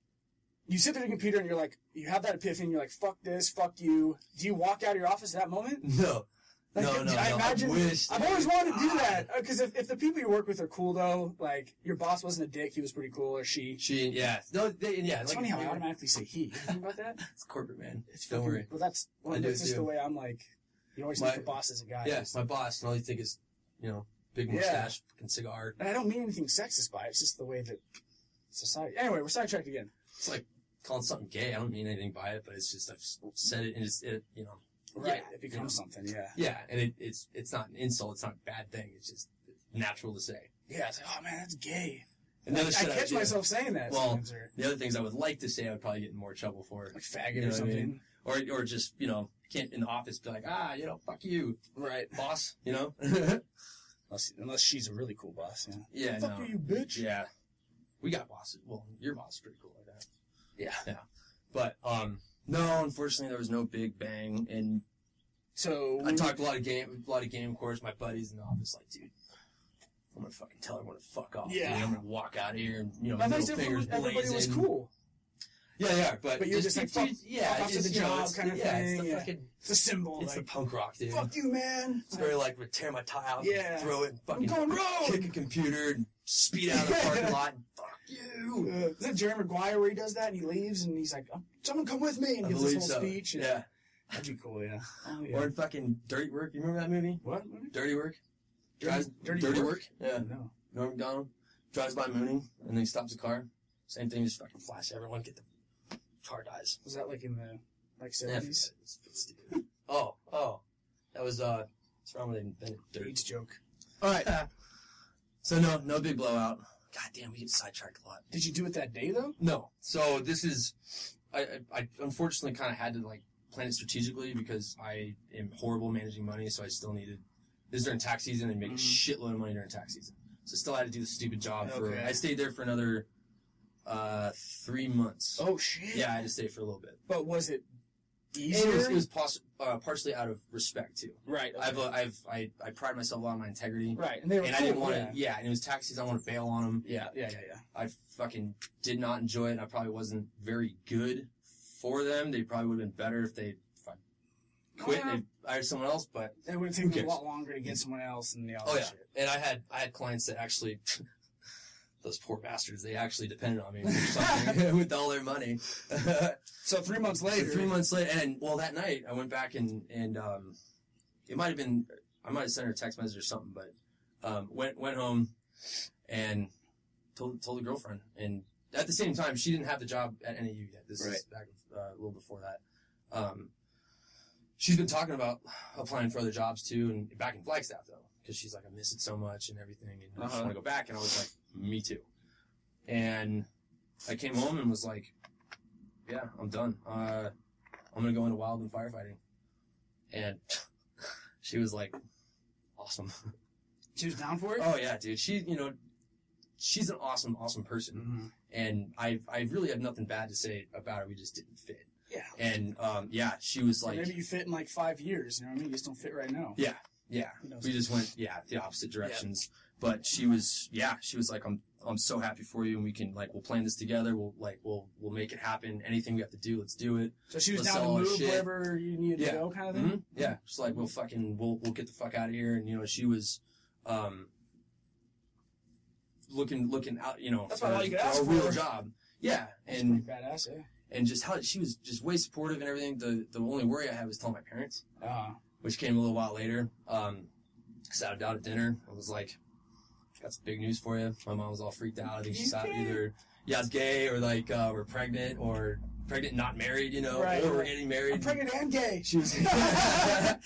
C: you sit there at the computer and you're like, you have that epiphany. and You're like, fuck this, fuck you. Do you walk out of your office at that moment?
B: no,
C: Like,
B: no, no.
C: I
B: no.
C: imagine.
B: I wish
C: have
B: that-
C: always wanted to do
B: Ah.
C: that because if, if the people you work with are cool though, like your boss wasn't a dick, he was pretty cool, or she.
B: She yeah no they, yeah.
C: It's
B: like,
C: funny how I automatically say he. You think about that?
B: [laughs] It's corporate man. Don't worry.
C: Well, that's well,
B: I do
C: that's just
B: too.
C: the way I'm like. You always
B: My-
C: think the boss is a guy.
B: Yes, my boss, and all you think is, you know, big
C: Yeah.
B: mustache, fucking cigar.
C: And I don't mean anything sexist by it. It's just the way that society. Anyway, we're sidetracked again.
B: It's like calling something gay. I don't mean anything by it, but it's just I've s- said it, and it's it, you know,
C: Right.
B: Yeah.
C: it becomes something. Yeah.
B: yeah, and it, it's it's not an insult. It's not a bad thing. It's just natural to say.
C: Yeah. It's like, oh man, that's gay.
B: And the other
C: I
B: shit
C: catch
B: would-
C: myself saying that
B: Well-
C: sometimes, or
B: The other things I would like to say, I would probably get in more trouble for,
C: like faggot
B: You know
C: or
B: what I
C: something.
B: mean? or or just you know can't in the office be like ah you know fuck you
C: Right.
B: boss you know [laughs]
C: Unless, unless she's a really cool boss. Yeah.
B: yeah
C: Fuck
B: no.
C: you, you bitch.
B: Yeah. We got bosses. Well, your boss is pretty cool like that.
C: Yeah.
B: Yeah. But um no, unfortunately there was no big bang and
C: So
B: I talked a lot of game a lot of game course, my buddies in the office like, dude, I'm gonna fucking tell everyone to fuck off.
C: Yeah.
B: dude. I'm gonna walk out of here and you know,
C: I
B: middle
C: thought everybody,
B: fingers
C: was- everybody was
B: blazing.
C: cool.
B: Yeah, yeah, but,
C: But you're
B: be
C: just like,
B: free-
C: fuck-
B: yeah,
C: fuck off to
B: just,
C: the
B: you know,
C: job
B: it's-
C: kind of
B: yeah,
C: thing,
B: It's the
C: yeah.
B: fucking
C: It's a symbol.
B: it's
C: like,
B: the punk rock, dude.
C: fuck you, man.
B: It's very like would tear my tie out,
C: Yeah.
B: and throw it, and fucking
C: going rogue.
B: kick a computer, and speed
C: [laughs]
B: out of the parking lot. And fuck you.
C: Uh, is that Jerry Maguire where he does that and he leaves and he's like, "Um, someone come with me and
B: I
C: gives this
B: believe
C: whole
B: so.
C: speech. and-
B: Yeah.
C: That'd be cool, yeah. Oh,
B: Or in fucking Dirty Work. You remember that movie?
C: what?
B: Dirty Work. Drives, dirty, work. Yeah.
C: No.
B: Norm Macdonald drives by Mooney and then he stops the car. Same thing. Just fucking flash everyone. Get the car dies.
C: Was that like in the like
B: Yeah, I forget.
C: seventies?
B: It's fucking stupid. oh, oh, that was uh, what's wrong with invented dirty?
C: AIDS joke.
B: All right. [laughs] so no, no big blowout. God damn, we get sidetracked a lot.
C: Did you do it that day though?
B: No. So this is, I, I, I unfortunately kind of had to like plan it strategically because I am horrible managing money. So I still needed this is during tax season
C: Mm-hmm.
B: and make a shitload of money during tax season. So still had to do the stupid job for.
C: Okay.
B: I stayed there for another uh, three months.
C: Oh shit.
B: Yeah, I had to stay for a little bit.
C: But was it
B: And
C: easier?
B: it was, it was pos- uh, partially out of respect too.
C: right.
B: I've, uh, I've I, I pride myself a lot on my integrity,
C: right. And they were
B: and I
C: cool,
B: didn't want to.
C: yeah.
B: Yeah, and it was tax season. I want to bail on them.
C: Yeah, yeah, yeah, yeah.
B: I fucking did not enjoy it. and I probably wasn't very good for them. They probably would have been better if they if I quit and they hired someone else, but
C: It would have taken me a
B: cares?
C: lot longer to get someone else and the all
B: oh
C: that
B: yeah.
C: shit.
B: And I had I had clients that actually [laughs] those poor bastards, they actually depended on me for something [laughs] with all their money.
C: So three months
B: So
C: later,
B: three months later, and well, that night I went back and and um, it might have been I might have sent her a text message or something, but um, went went home and told told the girlfriend, and at the same time she didn't have the job at NAU yet. This is
D: Right.
B: back uh, a little before that. Um, she's been talking about applying for other jobs too, and back in Flagstaff though, because she's like I miss it so much and everything, and I just
D: Uh-huh.
B: want to go back. And I was like, me too. And I came home and was like, yeah, I'm done. Uh, I'm gonna go into wild and firefighting. And [laughs] she was like, awesome.
C: she was down for it.
B: Oh yeah, dude. She, you know, she's an awesome, awesome person.
D: Mhm.
B: And I, I really have nothing bad to say about her. We just didn't fit.
C: Yeah.
B: And um, yeah, she was like,
C: Maybe you fit in like five years. You know what I mean? You just don't fit right now.
B: yeah, yeah.
C: Who knows?
B: We just went, yeah, the opposite directions. But she was, yeah, she was like, I'm, I'm so happy for you, and we can like, we'll plan this together. We'll like, we'll, we'll make it happen. Anything we have to do, let's do it.
C: So she was
B: Let's
C: down
B: sell
C: to
B: our
C: move
B: shit.
C: wherever you needed
B: Yeah.
C: to go, kind of thing.
B: hmm Yeah, she's like, we'll fucking, we'll, we'll get the fuck out of here. And you know, she was, um, looking, looking out, you know,
C: That's
B: for,
C: about all you could
B: for
C: ask
B: a real
C: for.
B: job. Yeah,
C: That's
B: and
C: pretty badass. Yeah.
B: and just how she was just way supportive and everything. The the only worry I had was telling my parents,
C: Uh,
B: which came a little while later. Um, sat down at dinner. I was like, got some big news for you. My mom was all freaked out. I think she
C: You
B: thought
C: gay?
B: either yeah, it's gay or like uh, we're pregnant or pregnant not married, you know,
C: Right.
B: or we're getting married.
C: I'm pregnant and gay.
B: She was,
C: [laughs]
B: yeah.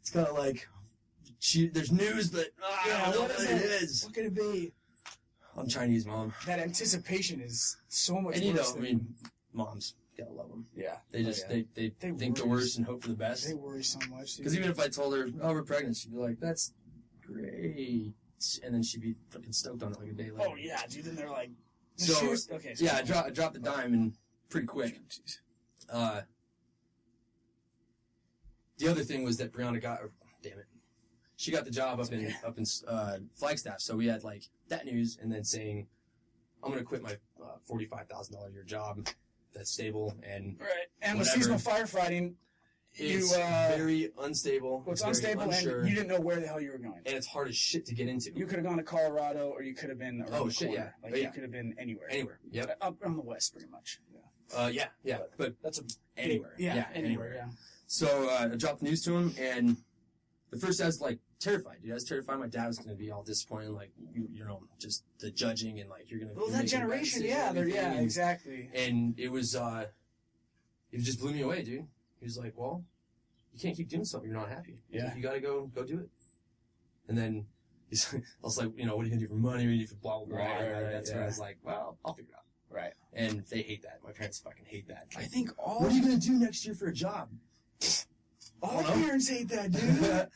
B: It's kind of like she. There's news, but ah, I
C: Yeah,
B: don't know
C: what
B: what
C: is
B: it
C: it?
B: is.
C: What could it be?
B: I'm Chinese, mom,
C: That anticipation is so much.
B: and you know,
C: worse
B: I
C: than,
B: mean, moms gotta love them.
C: yeah,
B: They just
C: Oh, yeah.
B: they, they
C: They
B: think the
C: worry.
B: worst and hope for the best.
C: they worry so much. dude.
B: Because even if I told her, "Oh, we're pregnant," she'd be like, "That's great," and then she'd be fucking stoked on it like a day later.
C: oh yeah, dude, then they're like,
B: So-
C: she was- okay, so-
B: yeah. I, dro- I dropped the dime and pretty quick.
C: Jeez.
B: Uh, the other thing was that Brianna got, or, damn it, she got the job up in up in uh, Flagstaff. So we had like that news, and then saying, "I'm gonna quit my uh, forty five thousand dollar year job that's stable and
C: Right, and with
B: Whatever.
C: seasonal firefighting, You,
B: it's
C: uh,
B: very unstable.
C: well, it's
B: very
C: unstable,
B: unsure,
C: and you didn't know where the hell you were going.
B: and it's hard as shit to get into
C: You could have gone to Colorado, or you could have been around
B: Oh,
C: the
B: shit,
C: corner.
B: yeah.
C: like
B: Oh,
C: you
B: yeah.
C: could have been anywhere, Uh,
B: anywhere. Yep.
C: up on the west, pretty much. Yeah,
B: Uh, yeah, yeah, but
C: that's a
B: anywhere.
C: Yeah, anywhere. Yeah.
B: So uh, I dropped the news to him, and at first I was like terrified. Dude, I was terrified. My dad was going to be all disappointed, like you, you know, just the judging and like you're going to.
C: Well, that generation, yeah, they're, yeah, exactly.
B: And it was, uh, it just blew me away, dude. He was like, "Well, you can't keep doing something you're not happy.
C: Yeah.
B: you got to go, go do it." And then [laughs] he's, I was like, "You know, what are you going to do for money? What do you do for blah blah blah?"
C: Right,
B: And
C: right,
B: that's
C: yeah.
B: when I was like, "Well, I'll figure it out."
C: Right.
B: And they hate that. My parents fucking hate that.
C: I think all
B: What are you going to do next year for a job?
C: all
B: Hello?
C: parents hate that, dude.
B: [laughs]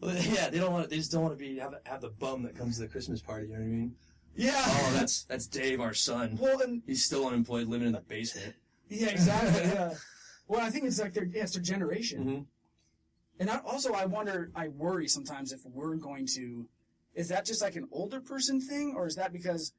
B: well, [laughs] yeah, they don't want. They just don't want to be have, have the bum that comes to the Christmas party. You know what I
C: [laughs]
B: mean?
C: yeah.
B: Oh, that's that's Dave, our son.
C: [laughs] well, and
B: He's still unemployed, living in the basement. [laughs]
C: yeah, exactly. Yeah. Well, I think it's like their yeah, it's their generation,
B: Mhm.
C: and I, also I wonder, I worry sometimes if we're going to. Is that just like an older person thing, or is that because,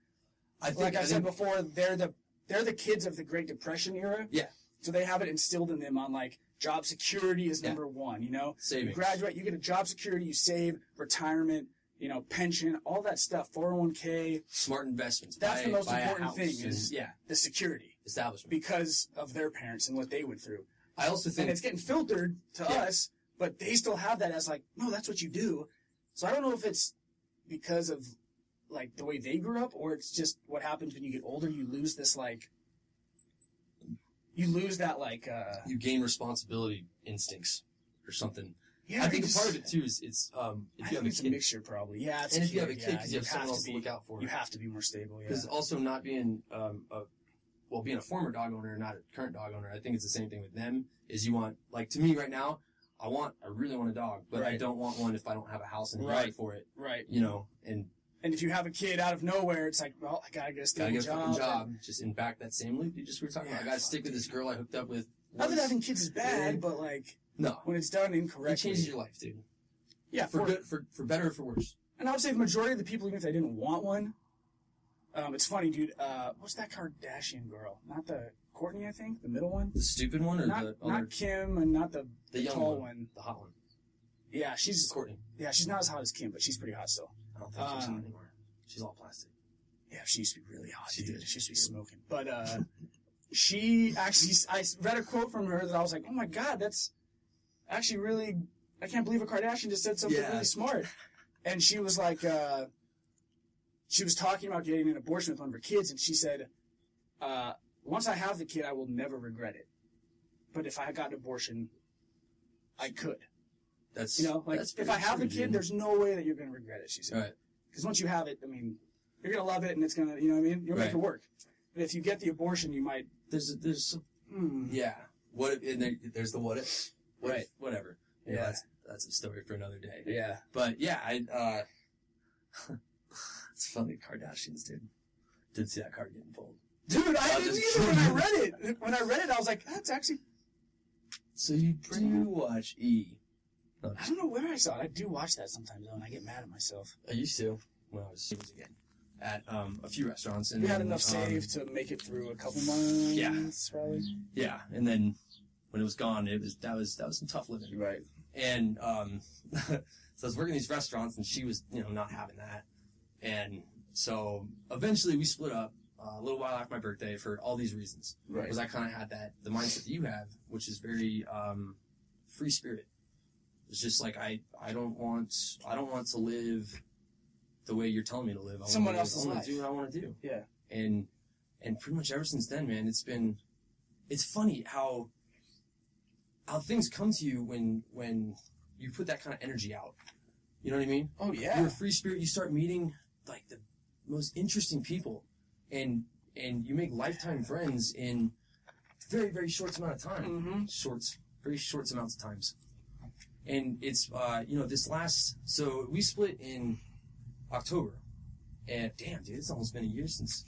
B: I think.
C: like I,
B: I
C: said
B: think-
C: before, they're the they're the kids of the Great Depression era,
B: yeah,
C: so they have it instilled in them on like job security is
B: Yeah.
C: number one. You know, you
B: savings.
C: graduate, you get a job security, you save, retirement, you know, pension, all that stuff, four hundred one k,
B: Smart investments.
C: That's
B: Buy-
C: the most
B: buy a
C: important
B: house
C: thing is-
B: and- yeah,
C: the security
B: establishment.
C: because of their parents and what they went through.
B: I also
C: and
B: think
C: it's getting filtered to
B: Yeah.
C: us, but they still have that as like, no, that's what you do. So I don't know if it's because of like the way they grew up, or it's just what happens when you get older. You lose this like, you lose that like, uh,
B: you gain responsibility instincts or something.
C: yeah.
B: I think
C: it's-
B: part of it too is it's um
C: I
B: if you
C: think
B: have a
C: it's a
B: kid,
C: mixture, probably. Yeah, it's
B: and
C: a
B: if you have a
C: yeah,
B: kid, 'cause you have someone
C: have
B: else to
C: be,
B: look out for.
C: You have to be more stable. Yeah.
B: Because also not being um, a well, being a former dog owner and not a current dog owner, I think it's the same thing with them. Is you want like to me right now, I want I really want a dog, but I
C: Right.
B: don't want one if I don't have a house and a
C: Right.
B: yard for it,
C: Right.
B: you know. And
C: And if you have a kid out of nowhere, it's like, well, I gotta get a
B: gotta
C: stable
B: get a
C: job.
B: fucking job. Just in back that same loop you just were talking about. I
C: Yeah,
B: gotta
C: fuck,
B: stick with this girl I hooked up with.
C: Not that
B: once.
C: having kids is bad,
B: Yeah.
C: but like
B: no,
C: when it's done
B: it
C: incorrectly,
B: changes your life, dude.
C: yeah,
B: For
C: for
B: good, for for better or for worse.
C: And I would say the majority of the people, even if they didn't want one, Um, it's funny, dude. Uh, what's that Kardashian girl? Not the Courtney, I think, the middle one.
B: The stupid one or
C: Not,
B: the other?
C: not Kim and not the,
B: the young
C: tall
B: one.
C: one.
B: The hot one.
C: Yeah,
B: She's
C: she's
B: Courtney.
C: yeah, she's not as hot as Kim, but she's pretty hot still.
B: I don't think she's hot
C: Um,
B: anymore. She's all plastic.
C: Yeah, she used to be really hot.
B: She
C: dude.
B: did.
C: She used to be smoking. But uh, she actually, I read a quote from her that I was like, oh my god, that's actually really. I can't believe a Kardashian just said something
B: Yeah.
C: really smart. And she was like, uh, she was talking about getting an abortion with one of her kids, and she said, uh, once I have the kid, I will never regret it. But if I got an abortion, I could.
B: That's
C: You know, like
B: that's
C: if
B: pretty
C: I have
B: true,
C: the kid,
B: dude.
C: there's no way that you're going to regret it. She said.
B: Right.
C: Because once you have it, I mean, you're gonna love it, and it's gonna, you know, what I mean, you'll make
B: Right.
C: it work. But if you get the abortion, you might.
B: There's a, there's some,
C: Mm,
B: yeah. What if, and there, there's the what if, what if-
C: Right.
B: whatever. You know,
C: Yeah.
B: that's, that's a story for another day.
C: yeah.
B: But yeah, I uh [laughs] it's funny Kardashians did did see that card getting pulled.
C: Dude, I
B: I'll
C: didn't
B: just-
C: either when
B: [laughs]
C: I read it. When I read it, I was like, that's actually.
B: So you do watch E? No,
C: I
B: just-
C: don't know where I saw it. I do watch that sometimes though, and I get mad at myself.
B: I used to when I was again at um a few restaurants and
C: We had
B: then,
C: enough
B: um,
C: saved to make it through a couple months. probably.
B: Yeah, and then when it was gone, it was that was that was some tough living.
C: Right.
B: And um, [laughs] so I was working these restaurants, and she was, you know, not having that. And so eventually we split up uh, a little while after my birthday for all these reasons.
C: Right.
B: Because I kind of had that the mindset that you have, which is very um, free spirit. It's just like I I don't want I don't want to live the way you're telling me to live. I wanna
C: Someone
B: live-
C: else's
B: I wanna
C: life.
B: Do what I want to do
C: Yeah.
B: and and pretty much ever since then, man, it's been it's funny how how things come to you when when you put that kind of energy out. You know what I mean?
C: Oh
B: You're
C: yeah.
B: a free spirit. You start meeting like the most interesting people, and and you make lifetime friends in very very short amount of time
C: Mm-hmm.
B: shorts, very short amounts of times. And it's, uh, you know, this last, so we split in October. And damn, dude, it's almost been a year since,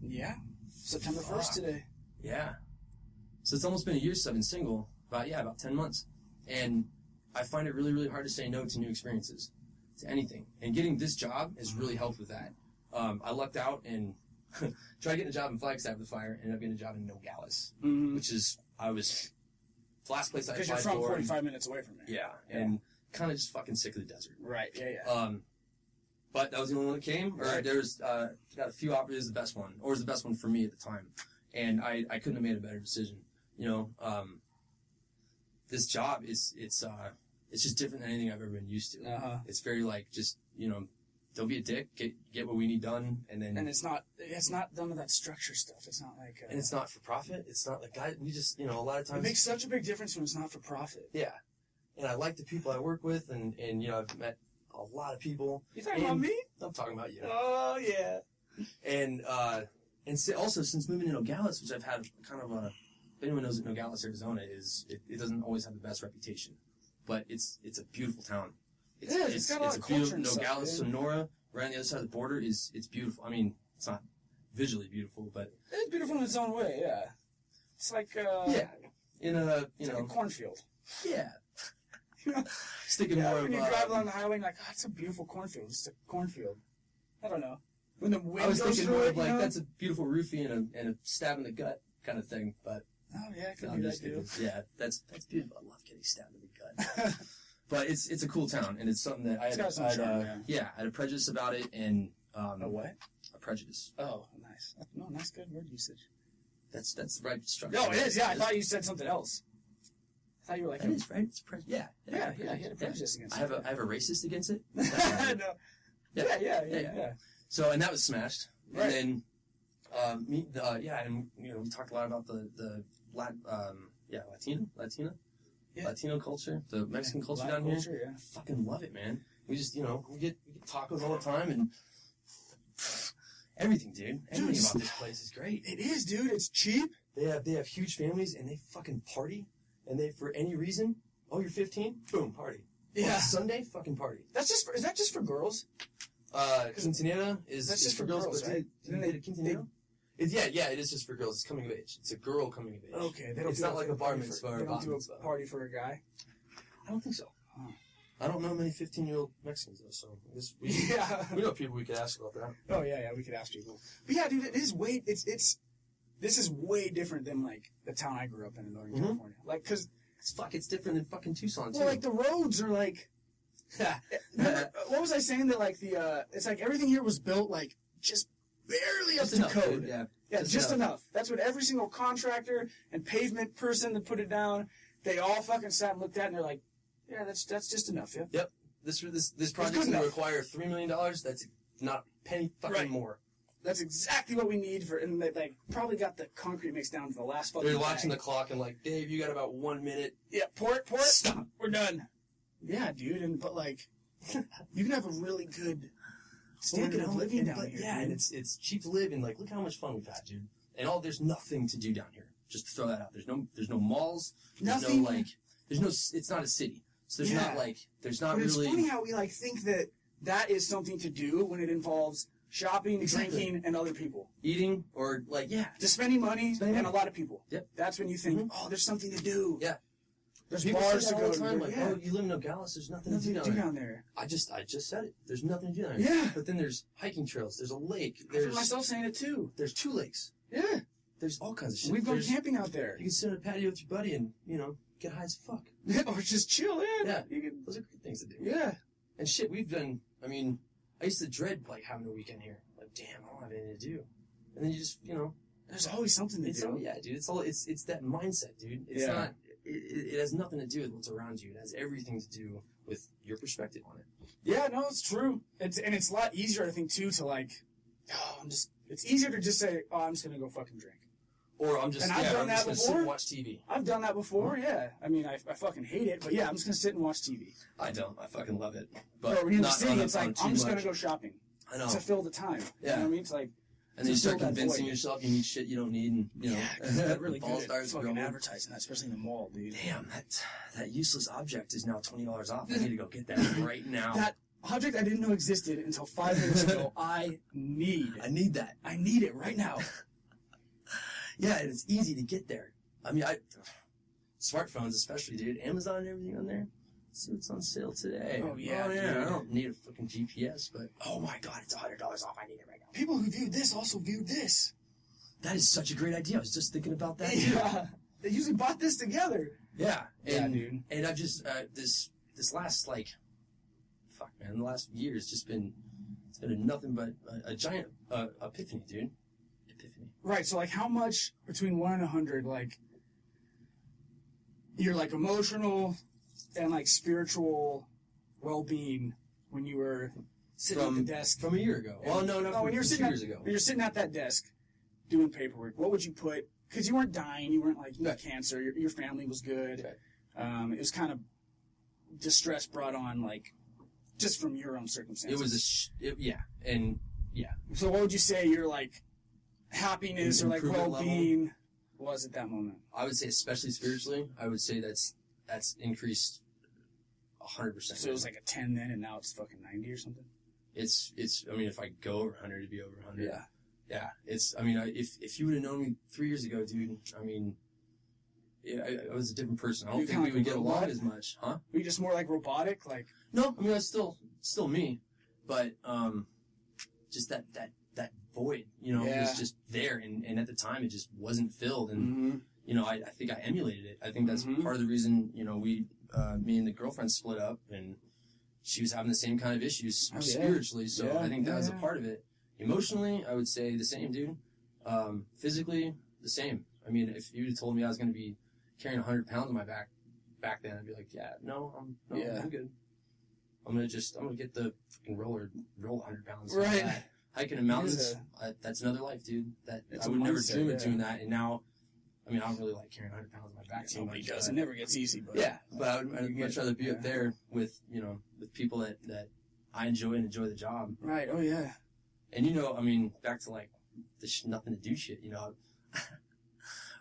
C: Yeah. September first
B: Fuck.
C: today.
B: yeah. So it's almost been a year since I've been single, about, yeah, about 10 months. And I find it really, really hard to say no to new experiences, to anything. And getting this job has
C: Mm-hmm.
B: really helped with that. Um, I lucked out and [laughs] tried getting a job in Flagstaff with the fire, ended up getting a job in Nogales,
C: Mm-hmm.
B: which is, I was, the last place I applied
C: Because you're from
B: for.
C: 45 minutes away from me.
B: Yeah, and kind of just fucking sick of the desert.
C: Right. Yeah. Yeah.
B: Um, but that was the only one that came. Or
C: Right.
B: there was uh, got a few offers. The best one, or was the best one for me at the time, and I, I couldn't have made a better decision. You know, um, this job is it's uh, it's just different than anything I've ever been used to.
C: uh-huh.
B: It's very like just you know, don't be a dick. Get get what we need done, and then
C: And it's not. It's not none of that structure stuff. It's not like. Uh,
B: and it's not for profit. It's not like I we just you know a lot of
C: It
B: times
C: makes such a big difference when it's not for profit.
B: yeah, and I like the people I work with, and and you know I've met a lot of people.
C: You
B: talking about
C: me?
B: I'm talking about you.
C: Oh yeah.
B: and uh, and si- also since moving to Nogales, which I've had kind of a if anyone knows that Nogales, Arizona is it, it doesn't always have the best reputation, but it's it's a beautiful town. It's,
C: Yeah, it's got a lot of
B: beautiful
C: culture and stuff,
B: Nogales,
C: man.
B: Sonora, right on the other side of the border is it's beautiful. I mean, it's not visually beautiful, but
C: It's beautiful in its own way. Yeah. It's like uh,
B: yeah, in a you
C: It's like
B: know
C: a cornfield.
B: yeah. [laughs] Just thinking
C: Yeah,
B: more
C: when
B: of
C: you
B: uh,
C: drive along the highway, and you're like, oh, it's a beautiful cornfield. It's a cornfield. I don't know. When the wind
B: I was
C: goes
B: thinking
C: through
B: more
C: it,
B: of like
C: you know?
B: that's a beautiful roofie and a and a stab in the gut kind of thing, but
C: Oh yeah, it
B: No,
C: could be
B: I'm
C: that
B: just kidding. Yeah, that's that's beautiful. I love getting stabbed in the gut. [laughs]
C: dude.
B: But it's it's a cool town, and it's something that I
C: It's
B: had,
C: got some
B: I had,
C: charm,
B: uh,
C: yeah.
B: I had a prejudice about it, and um,
C: a what?
B: a prejudice.
C: Oh, nice. No, nice good word usage.
B: That's that's the right structure.
C: No, it is. Yeah, I
B: That's-
C: thought you said something else. I thought you were like,
B: that is right. It's prejudice. Yeah,
C: yeah, yeah, he had a prejudice against.
B: I have
C: it.
B: a I have a racist against it.
C: [laughs] no. Yeah, yeah, yeah,
B: Yeah.
C: yeah.
B: So and that was smashed,
C: Right.
B: and then um, me, uh, yeah, and you know we talked a lot about the the Lat, um, yeah Latino Latina
C: Yeah.
B: Latino culture, the Mexican culture
C: Black
B: down here.
C: culture, yeah.
B: I fucking love it, man. We just, you know, we get, we get tacos all the time and everything, dude. Everything
C: Dude,
B: about this place is great.
C: It is, dude. It's cheap.
B: They have they have huge families and they fucking party and they for any reason. Oh, you're 15? Boom, party. Oh,
C: Yeah.
B: Sunday, fucking party.
C: That's just for, is that just for girls?
B: Uh, quinceanera is
C: That's
B: is
C: just for girls,
B: but
C: right?
B: They, they, quinceanera. It's, yeah, yeah, it is just for girls. It's coming of age. It's a girl coming of age.
C: Okay, they don't.
B: It's
C: do
B: not like a bar
C: party
B: mitzvah
C: for-
B: or
C: They
B: a
C: don't
B: bat
C: do
B: mitzvah.
C: a party for a guy.
B: I don't think so.
C: Huh.
B: I don't know many 15 year old Mexicans, though, so I guess we,
C: [laughs] [laughs] Yeah.
B: we know people we could ask about that.
C: Oh yeah, yeah, we could ask people. But yeah, dude, it is way it's it's this is way different than like the town I grew up in in Northern
B: Mhm.
C: California. Like, cause
B: It's fuck, it's different than fucking Tucson, too.
C: well, like the roads are like. [laughs] Remember, what was I saying that like the uh, it's like everything here was built like just barely up
B: Just
C: to
B: enough,
C: code.
B: dude, yeah.
C: Yeah,
B: Just
C: just,
B: enough.
C: enough. That's what every single contractor and pavement person that put it down, they all fucking sat and looked at it and they're like, yeah, that's that's just enough. Yeah.
B: Yep. This this this project's
C: good
B: gonna
C: enough.
B: require three million dollars. That's not a penny fucking
C: Right.
B: more.
C: That's exactly what we need for. And they like probably got the concrete mixed down to the last fucking.
B: They're watching the
C: bag.
B: clock and like, Dave, you got about one minute.
C: Yeah, pour it, pour it.
B: Stop.
C: We're done. Yeah, dude. And but like, [laughs] you can have a really good standard of living down here.
B: yeah, and
C: dude.
B: it's it's cheap to live and like, look how much fun we've had, dude. And all there's nothing to do down here. Just to throw that out. There's no there's no malls. There's
C: Nothing.
B: No, like there's no. s- It's not a city. So there's not
C: Yeah.
B: like there's not
C: But it's
B: really.
C: funny how we like think that that is something to do when it involves shopping,
B: Exactly.
C: drinking, and other people.
B: eating or like yeah
C: Just spending money
B: Spending
C: and
B: money.
C: a lot of people.
B: Yep. Mm-hmm.
C: That's when you think, oh, there's something to do.
B: Yeah.
C: There's
B: People
C: bars
B: say
C: to
B: that
C: go
B: all the
C: to.
B: time like
C: yeah.
B: oh you live in Nogales there's nothing,
C: nothing
B: to
C: to
B: do
C: do
B: down there
C: down there.
B: I just I just said it there's nothing to do down there
C: Yeah.
B: but then there's hiking trails there's a lake
C: I heard
B: there's
C: myself saying it too.
B: there's two lakes
C: Yeah.
B: there's all kinds of shit
C: We've gone
B: There's-
C: camping out there. [laughs]
B: you can sit on a patio with your buddy and you know get high as fuck
C: or Oh, just chill, yeah.
B: Yeah.
C: You can,
B: those are great things to do
C: yeah.
B: and shit we've done I mean I used to dread like having a weekend here like damn I don't have anything to do and then you just you know
C: There's always something to
B: It's
C: do.
B: all, yeah, dude. It's all it's it's that mindset, dude. It's
C: Yeah.
B: not. It, it it has nothing to do with what's around you. It has everything to do with your perspective on it.
C: Yeah, no, it's true. It's and it's a lot easier, I think, too, to like, [sighs] oh, I'm just. It's easier to just say, oh, I'm just gonna go fucking drink.
B: Or I'm just
C: And I've
B: yeah,
C: done
B: I'm just
C: that
B: gonna sit and
C: before.
B: watch TV.
C: I've done that before.
B: Mm-hmm.
C: Yeah, I mean, I, I fucking hate it, but yeah, I'm just gonna sit and watch TV.
B: I don't. I fucking love it.
C: But
B: But
C: when you're in the
B: not on
C: city,
B: the-
C: it's
B: on
C: like
B: too
C: I'm just
B: much.
C: gonna go shopping
B: I know.
C: to fill the time.
B: Yeah.
C: You know what I mean? It's like
B: and then you
C: to
B: start
C: fill that
B: convincing
C: void.
B: yourself you need shit you don't need, and you know, [laughs]
C: that really
B: ball
C: good at
B: starts
C: fucking
B: growing.
C: advertising that, especially in the mall, dude.
B: Damn that that useless object is now twenty dollars off. I need to go get
C: [laughs]
B: that right now.
C: That object I didn't know existed until five minutes
B: [laughs]
C: ago. I need.
B: I need that.
C: I need it right now.
B: Yeah, and it's easy to get there. I mean, I smartphones especially, dude. Amazon and everything on there. See what's on sale today.
C: Oh, yeah,
B: I
C: dude.
B: don't need a fucking GPS, but oh my god, it's hundred dollars off. I need it right now.
C: People who viewed this also viewed this.
B: That is such a great idea. I was just thinking about that.
C: [laughs] Yeah. They usually bought this together.
B: Yeah,
C: Yeah,
B: and
C: dude.
B: and I've just uh, this this last like, fuck man, the last year has just been it's been nothing but a, a giant uh, epiphany, dude. Epiphany.
C: Right. So, like, how much between one and a hundred, like, your like emotional and like spiritual well-being when you were sitting
B: From-
C: at the desk?
B: From a year ago. Well, Oh, no, no,
C: no,
B: from
C: Oh, when you're
B: two
C: sitting
B: years
C: at,
B: ago.
C: when you're sitting at that desk doing paperwork, what would you put? Because you weren't dying, you weren't like you had
B: Right.
C: cancer, your, your family was good.
B: Right.
C: Um, it was kind of distress brought on like just from your own circumstances.
B: It was a sh- it, yeah, and yeah.
C: So what would you say your like happiness or like
B: Improvement
C: well being was at that moment?
B: I would say, especially spiritually, I would say that's that's increased hundred percent.
C: So it was like a ten then, and now it's fucking ninety or something.
B: it's it's. I mean, if I go over hundred, it'd be over hundred.
C: Yeah.
B: yeah. It's. I mean, I, if if you would have known me three years ago, dude, I mean, yeah, I, I was a different person. I don't
C: You
B: think
C: kinda
B: we
C: like
B: would
C: a
B: get along
C: robot?
B: as much, huh?
C: Were you just more like robotic? Like
B: No, I mean, I was still still me, but um, just that that that void, you know,
C: Yeah.
B: was just there, and and at the time, it just wasn't filled, and. you know, I, I think I emulated it. I think that's
C: Mhm.
B: part of the reason, you know, we, uh, me and the girlfriend split up and she was having the same kind of issues
C: Oh, yeah.
B: spiritually. So
C: Yeah,
B: I think that
C: yeah,
B: was a
C: yeah.
B: part of it. Emotionally, I would say the same, dude. Um, physically, the same. I mean, if you told me I was going to be carrying 100 pounds on my back back then, I'd be like, yeah, no, I'm, no,
C: Yeah.
B: I'm good. I'm going to just, I'm going to get the fucking roller, roll 100 pounds.
C: Right.
B: Uh, Hiking in mountains, I, that's another life, dude. That
C: It's
B: I
C: a
B: would never
C: mindset,
B: dream of
C: yeah.
B: doing that. And now I mean, I don't really like carrying 100 pounds on my back so
C: nobody
B: much.
C: does. It
B: but-
C: never gets easy, but
B: Yeah, but I would, I'd
C: You
B: much
C: get-
B: rather be up
C: yeah.
B: there with, you know, with people that, that I enjoy and enjoy the job.
C: Right. Oh yeah.
B: And, you know, I mean, back to like the sh- nothing to do shit, you know. [laughs]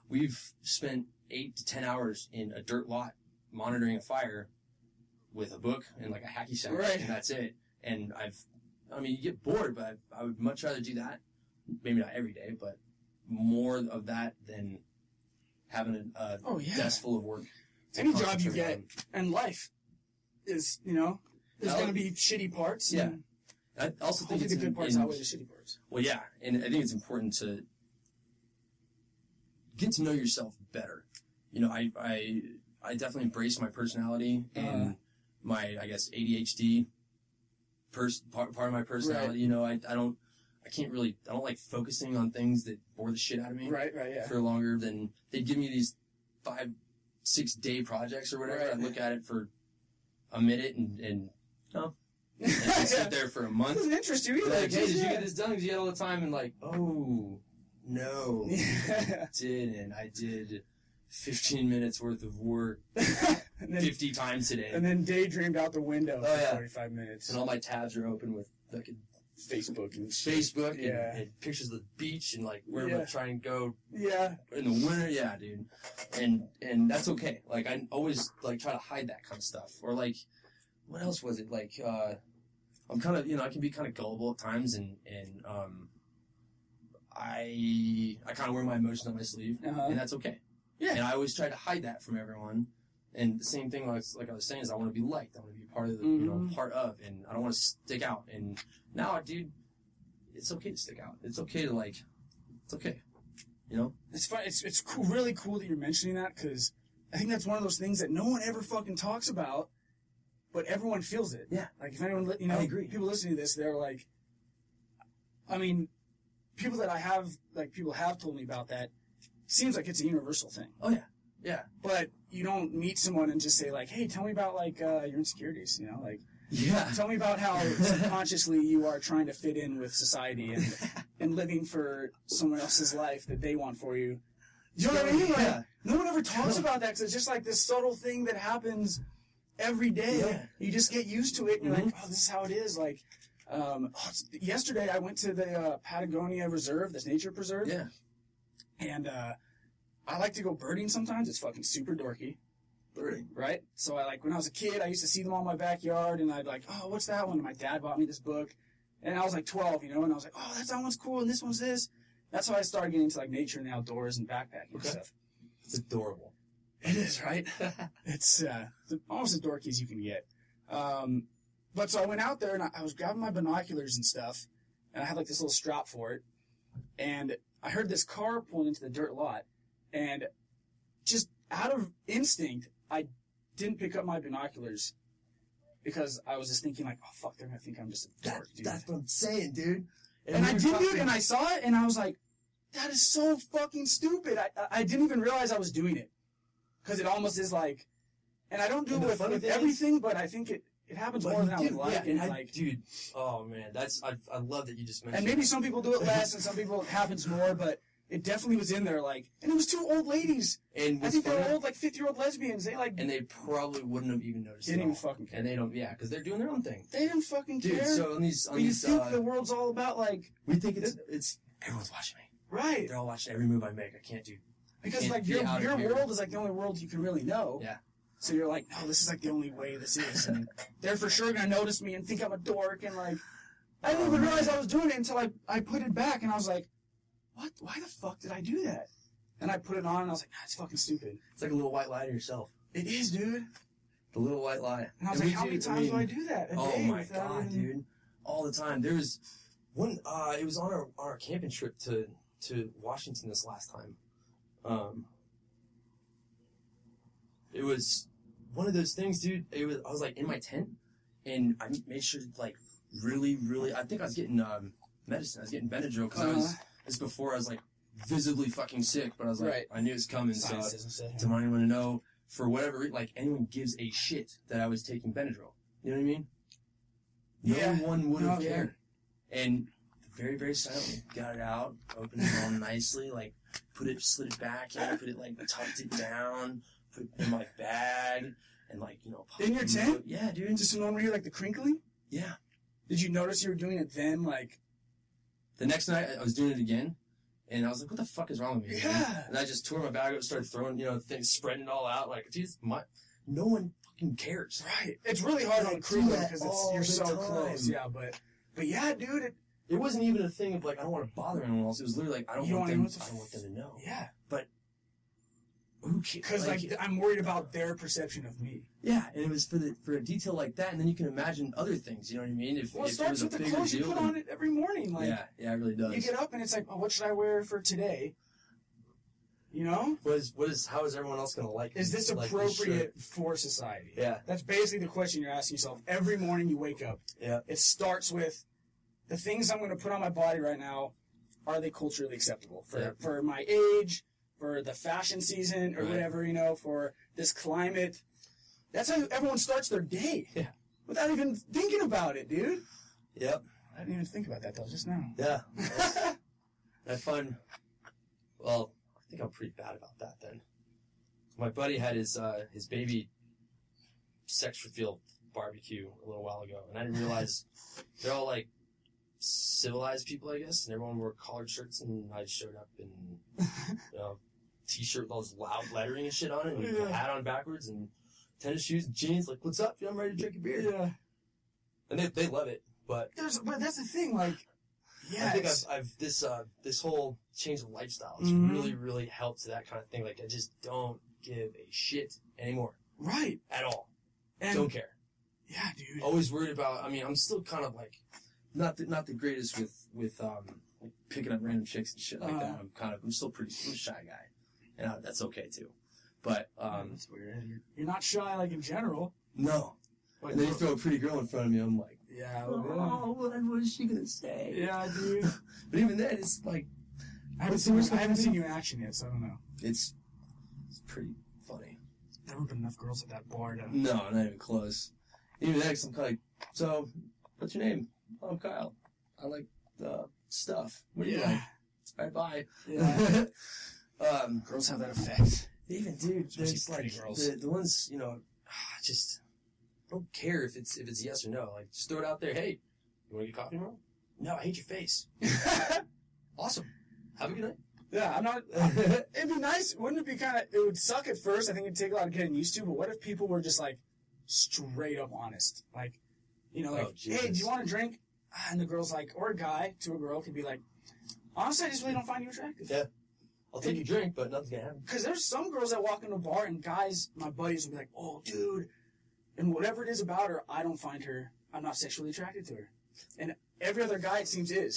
B: We've spent eight to 10 hours in a dirt lot monitoring a fire with a book and like a hacky sack.
C: Right.
B: And that's it. And I've, I mean, you get bored, but I've, I would much rather do that. Maybe not every day, but more of that than having a, a
C: Oh yeah.
B: desk full of work.
C: Any job you get in life is you know there's
B: Well,
C: going to be shitty parts.
B: yeah.
C: and
B: I also think
C: Hopefully
B: it's
C: the good
B: in-
C: parts
B: in-
C: outweigh the shitty parts.
B: Well, yeah, and I think it's important to get to know yourself better. You know, I I, I definitely embrace my personality and
C: Uh.
B: my I guess ADHD. Pers- part, part of my personality, you know, I, I don't I can't really I don't like focusing on things that bore the shit out of me
C: Right. Right. Yeah. [laughs]
B: for longer than they give me these five six day projects or whatever.
C: Right.
B: I look at it for a minute and and,
C: [laughs]
B: and I sit
C: yeah.
B: there for a
C: It
B: month
C: doesn't interest you either.
B: like, hey,
C: just-
B: did you
C: yeah.
B: get this done? Because you had all the time, and like, oh, no, [laughs]
C: [laughs] Yeah.
B: didn't. I did 15 minutes worth of work
C: and, then,
B: 50 times today,
C: and then daydreamed out the window
B: Oh,
C: for
B: yeah.
C: 45 minutes.
B: and all my tabs are open with like
C: Facebook and
B: Facebook and,
C: Yeah.
B: and pictures of the beach and like where I'm
C: Yeah.
B: gonna try and go
C: Yeah.
B: in the winter. Yeah, dude, and and that's okay. Like I always like try to hide that kind of stuff, or like, what else was it? Like, uh, I'm kind of you know I can be kind of gullible at times, and and um. I I kind of wear my emotions on my sleeve.
C: Uh-huh.
B: and that's okay.
C: Yeah.
B: And I always try to hide that from everyone. And the same thing, like, like I was saying, is I want to be liked. I want to be part of the, you know,
C: Mhm.
B: part of, and I don't want to stick out. And now, dude, it's okay to stick out. It's okay to like, it's okay. You know?
C: It's fun. It's it's cool, really cool that you're mentioning that because I think that's one of those things that no one ever fucking talks about, but everyone feels it.
B: Yeah.
C: Like if anyone, li- you know,
B: I agree.
C: people listening to this, they're like, I mean, people that I have, like people have told me about that. Seems like it's a universal thing,
B: Oh yeah, yeah,
C: but you don't meet someone and just say like, "Hey, tell me about like uh, your insecurities," you know, like
B: yeah.
C: tell me about how subconsciously you are trying to fit in with society and, and living for someone else's life that they want for you. You know what I mean? Like,
B: Yeah.
C: No one ever talks about that because it's just like this subtle thing that happens every day.
B: Yeah.
C: You just get used to it and you're like, oh, this is how it is. Like, um, oh, it's- yesterday I went to the uh, Patagonia Reserve, this nature preserve,
B: Yeah,
C: and uh, I like to go birding sometimes. It's fucking super dorky right? So I like when I was a kid, I used to see them all in my backyard, and I'd like, oh, what's that one? And my dad bought me this book, and I was like 12, you know, and I was like, oh, that's that one's cool, and this one's this. That's how I started getting into like nature and the outdoors and backpacking and
B: Okay.
C: stuff.
B: It's adorable.
C: It is right. it's uh, it's almost as dorky as you can get. Um, but so I went out there and I, I was grabbing my binoculars and stuff, and I had like this little strap for it, and I heard this car pulling into the dirt lot, and just out of instinct, I didn't pick up my binoculars because I was just thinking like, oh fuck, they're gonna think I'm just a dork, dude.
B: what I'm saying, dude.
C: And I
B: we were
C: did, dude,
B: talking-
C: and I saw it, and I was like, that is so fucking stupid. I, I- I didn't even realize I was doing it. Because it almost is like, and I don't do
B: And
C: it
B: the
C: with,
B: funny
C: with
B: thing is-
C: everything, but I think it, it happens
B: But
C: more than I
B: you
C: would
B: do,
C: like.
B: yeah,
C: and,
B: and I-
C: like
B: dude. Oh man, that's I, I love that you just mentioned.
C: and maybe some people do it less, and some people it happens more, but it definitely was in there, like, and it was two old ladies.
B: that. and
C: I
B: what's
C: think they were
B: funny-
C: old, like 50 year old lesbians. They, like,
B: and they probably wouldn't have even noticed.
C: didn't
B: at
C: even
B: all.
C: fucking care.
B: And they don't, yeah, because they're doing their own thing.
C: They didn't fucking
B: Dude,
C: care.
B: so on these, on
C: but you
B: these,
C: think
B: uh,
C: the world's all about, like,
B: we think it's, it's everyone's watching me.
C: right.
B: They're all watching every move I make. I can't do.
C: Because
B: can't
C: like
B: be
C: your,
B: out of
C: your
B: here.
C: world is like the only world you can really know.
B: Yeah.
C: So you're like, no, this is like the only way this is, and
B: [laughs]
C: they're for sure gonna notice me and think I'm a dork, and like, I didn't even realize I was doing it until I I put it back, and I was like, what? Why the fuck did I do that? And I put it on, and I was like, nah, it's fucking stupid.
B: It's like a little white lie to yourself.
C: It is, dude.
B: The little white lie.
C: And I was
B: And
C: like, how
B: we
C: many
B: I
C: times
B: mean,
C: do I do that? A
B: Oh
C: day
B: my
C: without
B: god,
C: [laughs] even-
B: dude! All the time. There was one. Uh, it was on our on our camping trip to to Washington this last time. Um, it was one of those things, dude. It was. I was like in my tent, and I made sure to like really, really. I think I was getting um, medicine. I was getting Benadryl because I was.
C: Uh-huh.
B: It's before I was like visibly fucking sick, but I was like,
C: Right.
B: I knew it was coming. So
C: Science doesn't say.
B: don't anyone to know for whatever re- like anyone gives a shit that I was taking Benadryl. You know what I mean? No
C: Yeah.
B: one would have
C: No, yeah.
B: cared. And very, very silently got it out, opened it all nicely, like put it, slid it back in, put it like tucked it down, put it in my bag, and like you know. popped
C: In your
B: it
C: tent?
B: Yeah, dude.
C: And just when you hear like the crinkling,
B: yeah.
C: did you notice you were doing it then? Like,
B: The next night I- I was doing it again, and I was like, "What the fuck is wrong with me?" man?"
C: Yeah.
B: And I just tore my bag up, started throwing you know things, spreading it all out. Like, geez, my no one fucking cares.
C: right? It's really hard
B: I
C: on
B: do
C: crew
B: that
C: because it's
B: all
C: you're
B: the
C: so
B: time.
C: close. Yeah, but but yeah, dude. It,
B: It wasn't even a thing of like I don't want to bother anyone else. It was literally like I don't
C: You
B: want
C: don't
B: them.
C: want to-
B: I don't want them to know.
C: yeah.
E: who cares?
C: because like, I'm worried about their perception of me.
E: yeah, and it was for the for a detail like that, and then you can imagine other things. You know what I mean? If,
C: Well, it
E: if
C: starts
E: was a
C: with the
E: bigger
C: clothes you
E: deal,
C: put on it every morning. Like
E: yeah, yeah, it really does.
C: you get up and it's like, oh, what should I wear for today? You know,
B: What is what is how is everyone else gonna like?
C: is this
B: like
C: appropriate for society?
B: Yeah.
C: that's basically the question you're asking yourself every morning you wake up.
B: shirt? Yeah.
C: It starts with the things I'm going to put on my body right now. Are they culturally acceptable for
B: Yeah.
C: for my age, for the fashion season, or
E: Right.
C: whatever you know, for this climate? That's how everyone starts their day.
B: Yeah.
C: Without even thinking about it, dude.
B: Yep.
C: I didn't even think about that though, just [laughs] now.
B: Yeah. I find, well, I think I'm pretty bad about that then. My buddy had his uh, his baby sex reveal barbecue a little while ago, and I didn't realize they're all like civilized people, I guess, and everyone wore collared shirts, and I showed up in you know, t-shirt with all this loud lettering and shit on it, and
C: Yeah.
B: a hat on backwards, and tennis shoes, and jeans. Like, what's up? I'm ready to drink a beer,
C: Yeah.
B: and they they love it, but
C: There's, but that's the thing, like,
B: I
C: yeah,
B: think I've,
C: it's-
B: I've this uh, this whole change of lifestyle has
E: Mm-hmm.
C: Mhm.
B: really really helped that kind of thing. Like I just don't give a shit anymore
C: right.
B: at all.
C: And
B: don't Oh, care.
C: yeah, dude.
B: Always worried about. I mean, I'm still kind of like
E: not the, not the greatest with with um like picking up random chicks and shit like
C: Uh-huh.
E: that. I'm kind of I'm still pretty I'm a shy guy, and uh, that's okay too. But um
B: that's weird.
C: You're, you're not shy, like in general.
E: no,
B: Like,
E: and then you throw a pretty girl in front of me. I'm like,
C: Yeah.
B: [laughs]
E: oh, what, what is she gonna say?
C: Yeah, dude.
E: But even then, it's like
C: I haven't seen, I haven't seen you in action yet, so I don't know.
E: it's it's pretty funny.
C: There haven't been enough girls at that bar to.
E: No, not even close. Even next, I'm kind of like, so what's your name? Oh, I'm Kyle. I like uh, stuff. What do you like? All right,
C: Yeah.
B: [laughs]
E: bye. um,
C: girls have that effect.
E: even dude,
C: Especially
E: there's
C: pretty
E: like
C: girls.
E: the, the ones you know
B: I ah, just I don't care if it's if it's yes or no. Like just throw it out there. Hey, you want to get coffee tomorrow? No, I hate your
C: [laughs]
B: face. awesome. Have a good
C: Yeah, I'm not. [laughs]
B: night.
C: It'd be nice, wouldn't it? Be kind of. It would suck at first. I think it'd take a lot of getting used to. But what if people were just like straight up honest, like, you know, like,
B: Oh, Jesus.
C: hey, do you want a drink? Ah, And the girl's like, or a guy to a girl could be like, honestly, I just really don't find you attractive.
B: I'll take your drink, but nothing's gonna happen.
C: Because there's some girls that walk into a bar and guys, my buddies, will be like, oh, dude. And whatever it is about her, I don't find her, I'm not sexually attracted to her. And every other guy, it
B: [coughs]
C: seems, is.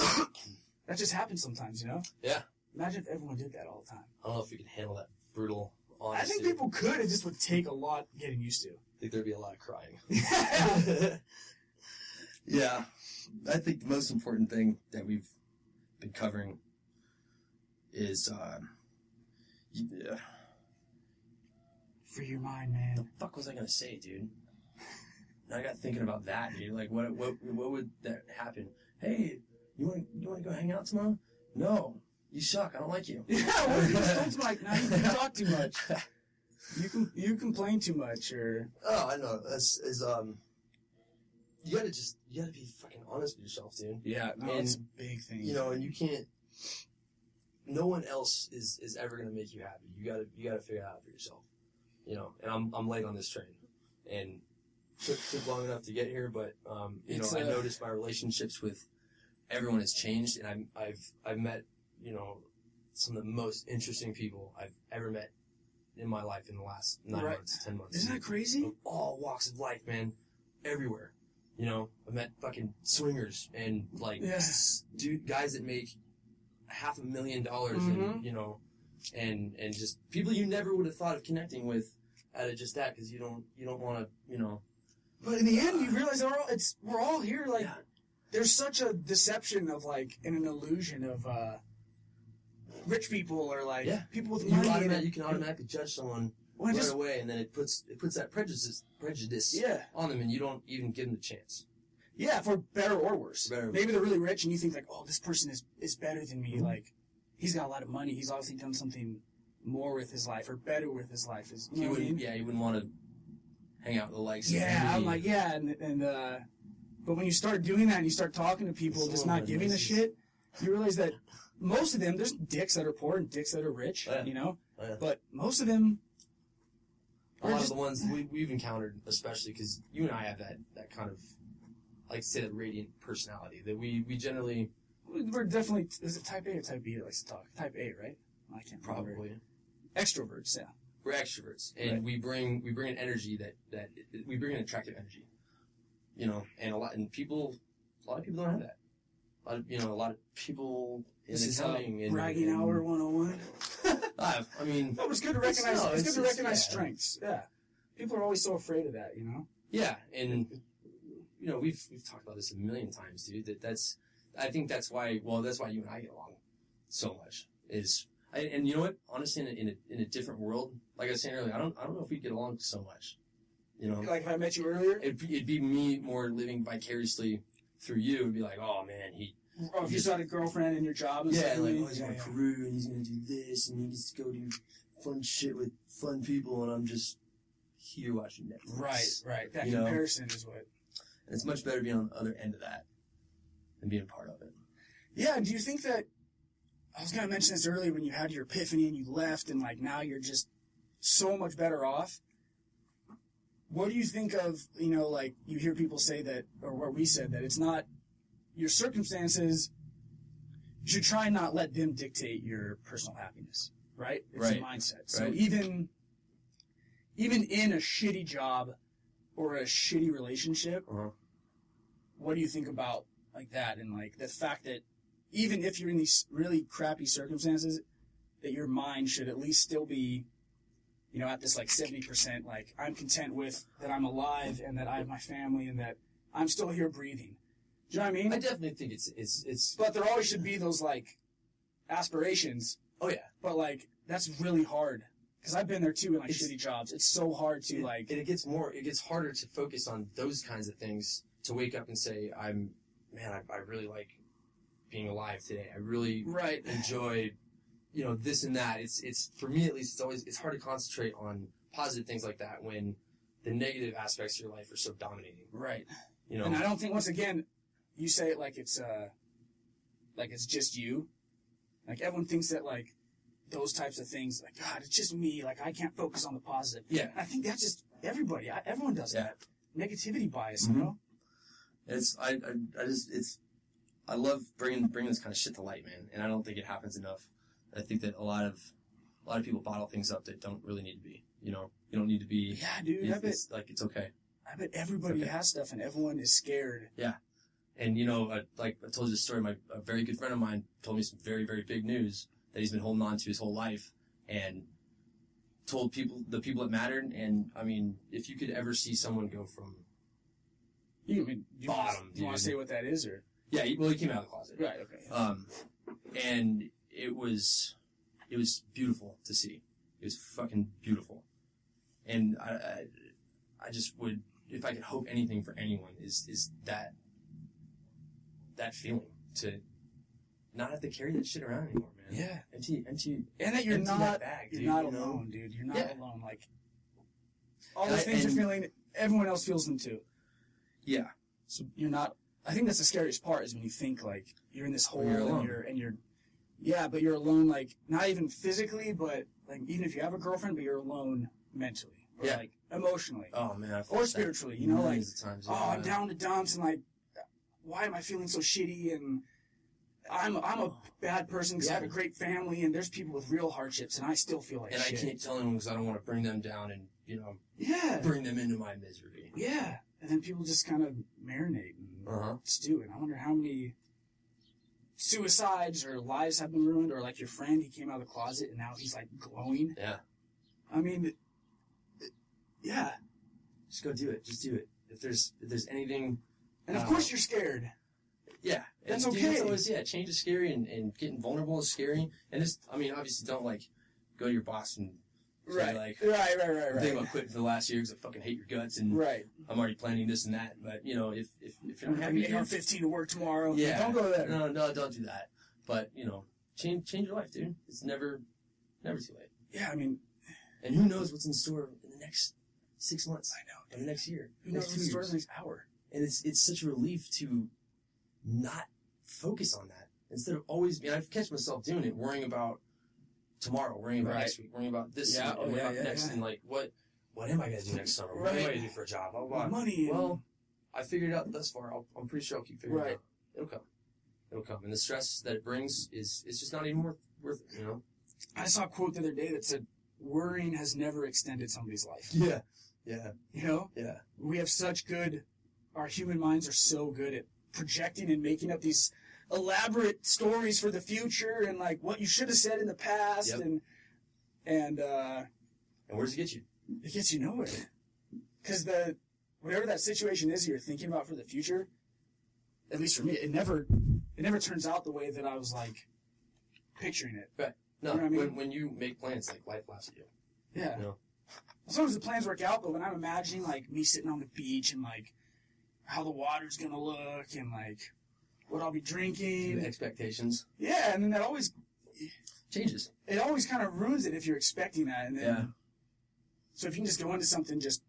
C: that just happens sometimes, you know?
B: Yeah.
C: Imagine if everyone did that all the time.
B: I don't know if we can handle that brutal.
C: I
B: Honesty.
C: think people could, it just would take a lot getting used to.
B: I think there'd be a lot of crying. [laughs]
E: [laughs] Yeah, I think the most important thing that we've been covering is uh, you- uh,
C: Free your mind, man. [laughs]
E: fuck was I gonna say, dude? Now I got thinking about that, dude. Like, what what what would that happen? Hey, you want you want to go hang out tomorrow? No, you suck. I don't like you.
C: Yeah, what if you just don't like, now you you talk too much. You, com- you complain too much, or.
B: [laughs] Oh, I know. It's, it's, um, you gotta just, you gotta be fucking honest with yourself, dude.
E: Yeah,
C: No,
E: and
C: it's a big thing.
B: You know, and you can't. No one else is is ever gonna make you happy. You gotta you gotta figure it out for yourself. You know, and I'm I'm late on this train, and took took long enough to get here, but um, you
C: It's,
B: know, I
C: uh,
B: noticed my relationships with everyone has changed, and I'm, I've I've met you know some of the most interesting people I've ever met in my life in the last nine
C: Right.
B: months, ten months
C: Isn't that crazy?
B: of all walks of life, man. Everywhere. You know, I met fucking swingers and like
C: Yeah.
B: s- dude guys that make half a million dollars
C: Mhm.
B: and you know and and just people you never would have thought of connecting with out of just that because you don't you don't want to you know
C: But in the end, you realize they're all, it's we're all here. Like
B: Yeah.
C: there's such a deception of like and an illusion of uh, rich people or like
B: Yeah.
C: people with
B: you,
C: money.
B: automatic,
C: and-
B: you can automatically judge someone
C: Well, I
B: right
C: just-
B: away and then it puts it puts that prejudice prejudice
C: yeah,
B: on them and you don't even give them the chance
C: yeah, for better or worse.
B: Better or Mm-hmm.
C: Maybe they're really rich, and you think like, oh, this person is is better than me. Like he's got a lot of money. He's obviously done something more with his life or better with his life. Is you
E: you
C: know what I
E: wouldn't.
C: mean?
E: Yeah, you wouldn't want to hang out with the likes. of
C: Yeah, I'm
E: me.
C: like yeah, and and uh, but when you start doing that and you start talking to people,
B: It's
C: just
B: all
C: not
B: about
C: giving a
B: nices.
C: shit, you realize that most of them, there's dicks that are poor and dicks that are rich,
B: Oh, yeah.
C: you know.
B: Oh, yeah.
C: But most of them,
B: a
C: Or
B: lot
C: just-
B: of the ones we, we've encountered, especially because you and I have that, that kind of, I like to say, that radiant personality that we, we generally
C: we're definitely is it type A or type B that likes to talk? Type A, right? I can't remember.
B: probably
C: extroverts. Yeah,
B: We're extroverts, and
F: Right.
B: we bring we bring an energy that that we bring an attractive energy, you know. And a lot and people, a lot of people don't have that. A lot of you know, a lot of people in
F: This
B: the
F: is how
B: coming and,
C: uh, Bragging
B: and- [laughs]
C: [laughs] hour 101.
B: I, I mean,
C: No, but it's good to
B: It's-
C: recognize. It's,
B: no, it's
C: good to
B: just-
C: recognize
B: yeah.
C: strengths. Yeah, people are always so afraid of that. You know.
B: Yeah, and you know we've we've talked about this a million times, dude. That that's I think that's why. Well, that's why you and I get along so much. Is I, and you know what? Honestly, in a, in a in a different world, like I was saying earlier, I don't I don't know if we would get along so much. You know,
C: Like if I met you earlier,
B: it'd be, it'd be me more living vicariously through you. It'd be like, oh man, he
C: or if you saw a girlfriend in your job, and
B: yeah,
C: stuff,
B: like
C: you-
B: oh, he's got a career and he's gonna do this and he gets to go do fun shit with fun people, and I'm just here watching Netflix.
C: Right, right. That
B: You know.
C: comparison is what.
B: And it's much better being on the other end of that than being a part of it.
C: Yeah. Do you think that? I was gonna mention this earlier when you had your epiphany and you left, and like now you're just so much better off. What do you think of? You know, like you hear people say that, or what we said that it's not your circumstances. You should try and not let them dictate your personal happiness, right? It's
B: Right.
C: a mindset. So
B: Right.
C: even even in a shitty job or a shitty relationship,
B: Uh-huh.
C: what do you think about like that and like the fact that even if you're in these really crappy circumstances that your mind should at least still be you know at this like 70% like i'm content with that i'm alive and that i have my family and that i'm still here breathing do you know what i mean
B: I definitely think it's it's it's
C: but there always should be those like aspirations
B: oh yeah.
C: but like that's really hard because i've been there too in like
B: It's-
C: shitty jobs it's so hard to
B: It-
C: like
B: and it gets more it gets harder to focus on those kinds of things to wake up and say I'm man I, I really like being alive today. I really
C: right
B: enjoy you know this and that. It's it's for me at least it's always it's hard to concentrate on positive things like that when the negative aspects of your life are so dominating.
C: right
B: You know.
C: And I don't think once again, you say it like it's uh like it's just you. Like everyone thinks that like those types of things, like God, it's just me. Like I can't focus on the positive.
B: yeah.
C: I think that's just everybody. I, everyone does
F: Yeah.
C: that. Negativity bias,
F: Mhm.
C: you know.
F: It's I, I I just it's I love bringing bringing this kind of shit to light, man. And I don't think it happens enough. I think that a lot of a lot of people bottle things up that don't really need to be. You know, you don't need to be.
C: Yeah, dude. I
F: It's,
C: bet.
F: it's like it's okay.
C: I bet everybody
F: Okay.
C: has stuff, and everyone is scared.
F: And you know, I, like I told you the story. My a very good friend of mine told me some very very big news that he's been holding on to his whole life, and told people the people that mattered. And I mean, if you could ever see someone go from
C: You mean you
B: Bottom,
C: Want, you want
B: dude.
C: to say what that is, or Uh,
F: yeah, he, well, he came out of the closet.
C: right? Okay.
F: Um, and it was, it was beautiful to see. It was fucking beautiful. And I, I, I just would, if I could hope anything for anyone is, is that, that feeling to not have to carry that shit around anymore, man.
C: Yeah.
F: Empty, empty,
C: And that you're
F: empty that
C: not
F: bag,
C: You're
F: dude,
C: not
F: you know?
C: alone, dude. You're not
F: Yeah.
C: alone. Like all
F: And
C: the
F: I-
C: things
F: and-
C: you're feeling, everyone else feels them too.
F: Yeah.
C: So you're not. I think that's the scariest part is when you think like you're in this hole
F: When you're alone.
C: and you're and you're. Yeah, but you're alone. Like not even physically, but like even if you have a girlfriend, but you're alone mentally. Or,
F: Yeah.
C: Like emotionally
F: Oh man. I felt
C: or
F: that
C: spiritually. You know, like
F: millions of times,
C: oh,
F: yeah.
C: I'm down to dumps and like, why am I feeling so shitty and. I'm, I'm a bad person because I have a
B: Yeah.
C: great family and there's people with real hardships and I still feel like
B: And I
C: shit.
B: can't tell anyone because I don't want to bring them down and you know
C: Yeah.
B: bring them into my misery.
C: Yeah. And then people just kind of marinate and
B: Uh-huh.
C: stew. And I wonder how many suicides or lives have been ruined, or like your friend, he came out of the closet and now he's like glowing.
B: Yeah.
C: I mean, it- yeah.
B: Just go do it. Just do it. If there's if there's anything
C: And of
B: Wow.
C: course you're scared.
B: Yeah,
C: That's
B: and, dude, that's
C: okay.
B: always, yeah, change is scary, and, and getting vulnerable is scary. And this, I mean, obviously, don't like go to your boss and say like, "Mm."
C: right, right, right,
B: "I'm thinking about quitting for the last year because I fucking hate your guts, and
C: Right.
B: I'm already planning this and that. But you know, if if, if you're
C: I'm
B: not happy,
C: having
B: you're-
C: AR 15 to work tomorrow.
B: Yeah.
C: Don't go there.
B: no, no, don't do that. But you know, change change your life, dude. It's never never too late.
C: Yeah, I mean,
B: And who knows what's in store in the next six months,
C: I know.
B: or the next year,
C: Who
B: next
C: knows
B: two years.
C: what's the next hour?
B: and it's it's such a relief to not focus on that instead of always. And I've catch myself doing it, worrying about tomorrow, worrying about
C: Right.
B: next week, worrying about this,
C: Yeah,
B: and,
C: oh,
B: worrying
C: yeah,
B: about
C: yeah,
B: next,
C: yeah.
B: and like what what am I gonna do next summer? What am I
C: Right.
B: gonna do for a job? Blah, blah, blah.
C: Money. and-
B: Well, I figured it out thus far. I'll, I'm pretty sure I'll keep figuring it
C: Right.
B: out. It'll come. It'll come. And the stress that it brings is it's just not even worth worth it. You know.
C: I saw a quote the other day that said, worrying has never extended somebody's life.
B: [laughs] Yeah. Yeah.
C: You know,
B: Yeah.
C: we have such good, our human minds are so good at projecting and making up these elaborate stories for the future and like what you should have said in the past
B: Yep.
C: and and uh,
B: And where does it get you?
C: it gets you nowhere because the whatever that situation is you're thinking about for the future, at least for me, it never it never turns out the way that I was like picturing it.
B: No,
C: You know what I
B: when,
C: mean?
B: when you make plans, like life laughs at you.
C: Yeah.
B: Yeah.
C: As long as the plans work out, but when I'm imagining like me sitting on the beach and like how the water's gonna look and like what I'll be
B: The
C: drinking.
B: expectations
C: Yeah, and then that always
B: changes.
C: it always kind of ruins it if you're expecting that and then
B: Yeah.
C: so if you can just go into something just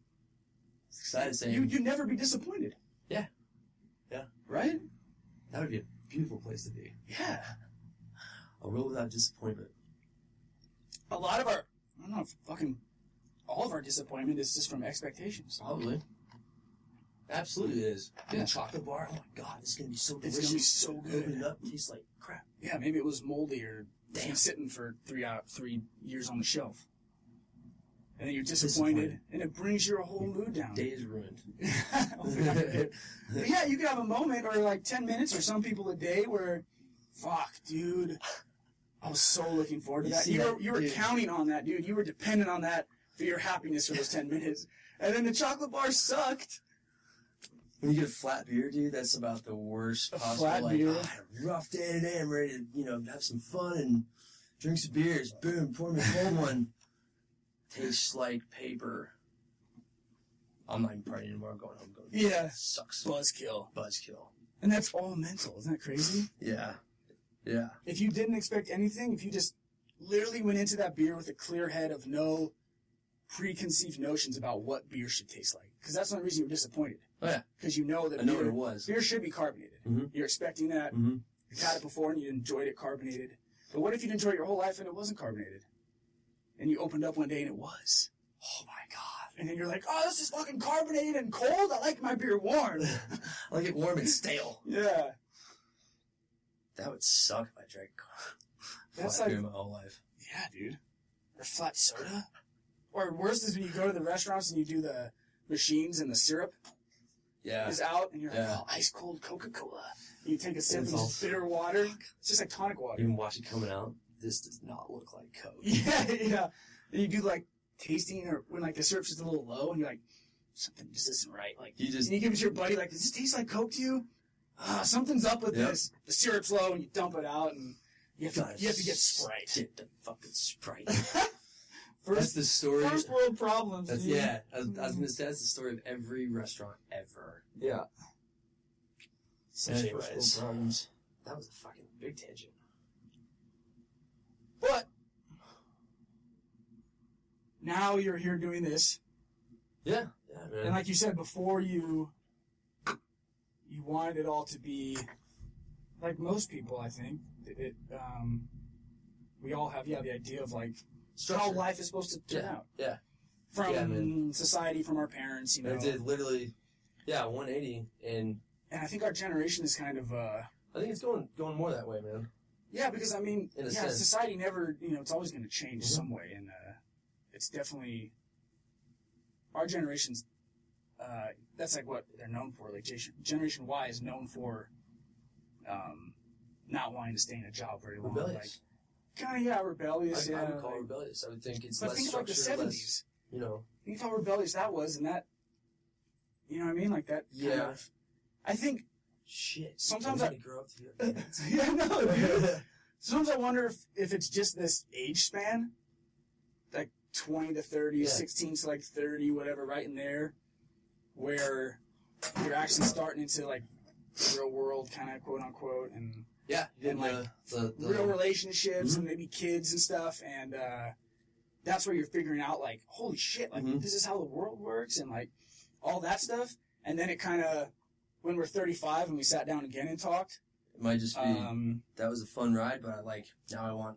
B: It's excited saying
C: you you never be disappointed.
B: Yeah. Yeah.
C: Right?
B: that would be a beautiful place to be.
C: Yeah.
B: A world without disappointment.
C: A lot of our I don't know if fucking all of our disappointment is just from expectations.
B: Probably. Absolutely it is.
C: Yeah.
B: Yeah. Chocolate bar. Oh my god, it's gonna be so
C: It's
B: delicious.
C: gonna be so
B: Open
C: good.
B: it up, tastes like crap.
C: Yeah, maybe it was moldy or it's been
B: Damn.
C: sitting for three out three years on the shelf. And then you're disappointed,
B: Disappointed.
C: and it brings your whole mood down.
B: Day is ruined. [laughs]
C: But Oh, yeah, you can have a moment or like 10 minutes or some people a day where, fuck, dude, I was so looking forward to
B: You
C: that.
B: see
C: You
B: that,
C: were, you were
B: dude.
C: counting on that, dude. You were dependent on that for your happiness for those 10 minutes. And then the chocolate bar sucked.
B: When you get a flat beer, dude, that's about the worst
C: A
B: possible.
C: flat
B: like,
C: beer?
B: "Ah, I had a rough day today. I'm ready to, you know, have some fun and drink some beers. Boom, pour me a
C: [laughs]
B: cold one. Tastes like paper. I'm not even partying anymore. I'm going home. Going.
C: Yeah.
B: Sucks.
C: Buzzkill.
B: Buzzkill.
C: And that's all mental. Isn't that crazy?
B: Yeah. Yeah.
C: if you didn't expect anything, if you just literally went into that beer with a clear head of no preconceived notions about what beer should taste like, because that's the only reason you were disappointed.
B: Oh, yeah.
C: Because you know that
B: I know what
C: beer,
B: it was.
C: beer should be carbonated.
B: Mhm.
C: You're expecting that.
B: Mhm.
C: You've had it before and you enjoyed it carbonated. But what if you'd enjoyed it your whole life and it wasn't carbonated? And you opened up one day and it was.
B: Oh my god.
C: And then you're like, oh, this is fucking carbonated and cold. I like my
B: [laughs]
C: beer warm.
B: I like it warm and stale.
C: yeah.
B: That would suck if I drank [laughs]
C: That's
B: flat
C: like
B: beer my whole life.
C: Yeah, dude. Or flat soda. Or worse is when you go to the restaurants and you do the machines and the syrup
B: Yeah.
C: is out and you're like,
B: Yeah.
C: oh, ice cold Coca Cola. You take a sip
B: It's
C: and it's
B: all-
C: just bitter water. It's just like tonic water.
B: Even watch it coming out. This does not look like Coke.
C: [laughs] Yeah, yeah. And you do like tasting or when like the syrup's just a little low and you're like, something just isn't right. Like,
B: You
C: and
B: just
C: you give it to your buddy, like, does this taste like Coke to you? Ah, something's up with
B: Yep.
C: this. The syrup's low and you dump it out and you have to,
B: gotta
C: you have to get Sprite.
B: Get the fucking Sprite. [laughs] That's
C: First,
B: the story.
C: first world problems.
B: That's,
C: dude.
B: yeah, I was, I was gonna say that's the story of every restaurant ever.
C: Yeah.
B: Such
G: Anyways.
B: first world problems. That was a fucking big tangent.
C: But now you're here doing this,
B: Yeah, yeah, man.
C: and like you said before, you you wanted it all to be like most people. I think it. it, um, we all have yeah the idea of like how
B: Structure.
C: life is supposed to turn
B: Yeah,
C: out
B: yeah.
C: from
B: Yeah, man.
C: society, from our parents, you know.
B: I did literally, yeah, 180, and
C: And I think our generation is kind of uh,
B: I think it's going going more that way, man.
C: Yeah, because I mean,
B: In a
C: yeah,
B: sense.
C: society never, you know, it's always going to change
B: Mhm.
C: some way, and uh, it's definitely our generation's. Uh, that's like what they're known for. Like Generation- Generation Y is known for um, not wanting to stay in a job very long.
B: Rebellious.
C: Like, kind of yeah, rebellious.
B: I,
C: yeah.
B: I would call it
C: like- uh,
B: rebellious. I would think it's
C: but
B: less
C: think about the
B: structure, less,
C: seventies.
B: you know.
C: Think how rebellious that was, and that. You know what I mean? Like that. kind
B: Yeah.
C: of- I think. [laughs]
B: Shit.
C: Sometimes
B: I'm
C: I-
B: gonna grow up to
C: [laughs]
B: be a parent.
C: yeah, no,
B: [laughs]
C: dude. [laughs] Sometimes I wonder if, if it's just this age span, like 20 to 30,
B: Yeah.
C: 16 to like 30, whatever, right in there, where you're actually starting into like real world kind of quote unquote and
B: Yeah, uh,
C: And, like,
B: the, the,
C: real relationships and maybe kids and stuff. And uh, that's where you're figuring out like, holy shit, like
B: Mhm.
C: this is how the world works and like all that stuff. And then it kind of, when we're 35 and we sat down again and talked,
B: it might just be
C: um,
B: that was a fun ride, but I like now I want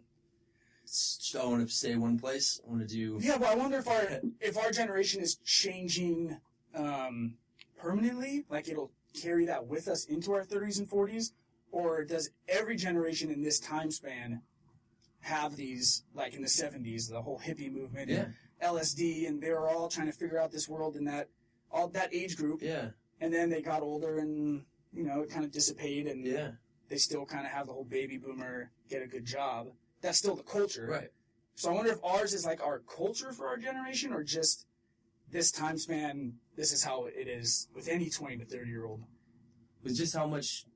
B: s- I want to stay one place. I want to do
C: Yeah, but I wonder if our if our generation is changing um, permanently, like it'll carry that with us into our 30s and 40s, or does every generation in this time span have these like in the 70s the whole hippie movement
B: Yeah.
C: and lsd and they were all trying to figure out this world in that all that age group
B: Yeah.
C: and then they got older and you know it kind of dissipated and
B: Yeah.
C: they still kind of have the whole baby boomer get a good job that's still the culture
B: Right.
C: so i wonder if ours is like our culture for our generation or just this time span this is how it is with any 20 to 30 year old
B: With just how much.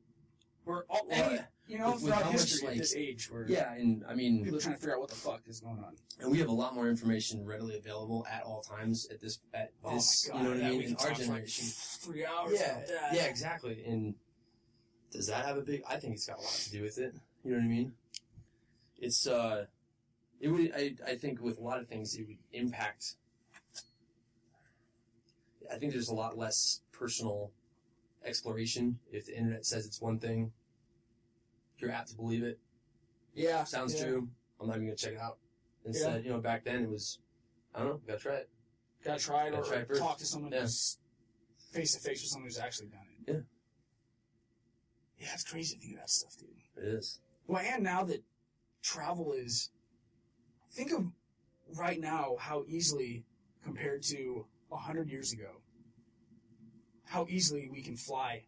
C: we're all
B: Well,
C: any, you know
B: with- with
C: throughout
B: how much,
C: history
B: like-
C: at this age where
B: Yeah, and I mean,
C: people are trying to figure out what the fuck is going on
B: and we have a lot more information readily available at all times at this at
C: Oh
B: this
C: my god!
B: you know what
C: yeah,
B: I mean
C: we
B: in
C: can
B: our
C: talk for like
B: generation.
C: three hours.
B: yeah,
C: about that.
B: yeah,
D: exactly. And does that have a big? I think it's got a lot to do with it. You know what I mean?
B: It's uh, it would I I think with a lot of things it would impact. I think there's a lot less personal exploration if the internet says it's one thing. You're apt to believe it.
C: yeah.
B: Sounds
C: yeah.
B: true. I'm not even gonna check it out. Instead, you know, back then it was, I don't know, gotta try it.
C: Gotta try it
B: Gotta
C: or
B: try it first.
C: talk to someone
B: Yeah.
C: who's face to face with someone who's actually done it.
B: Yeah.
C: Yeah, it's crazy to think of that stuff, dude.
B: It is.
C: Well, and now that travel is, think of right now how easily compared to a hundred years ago, how easily we can fly.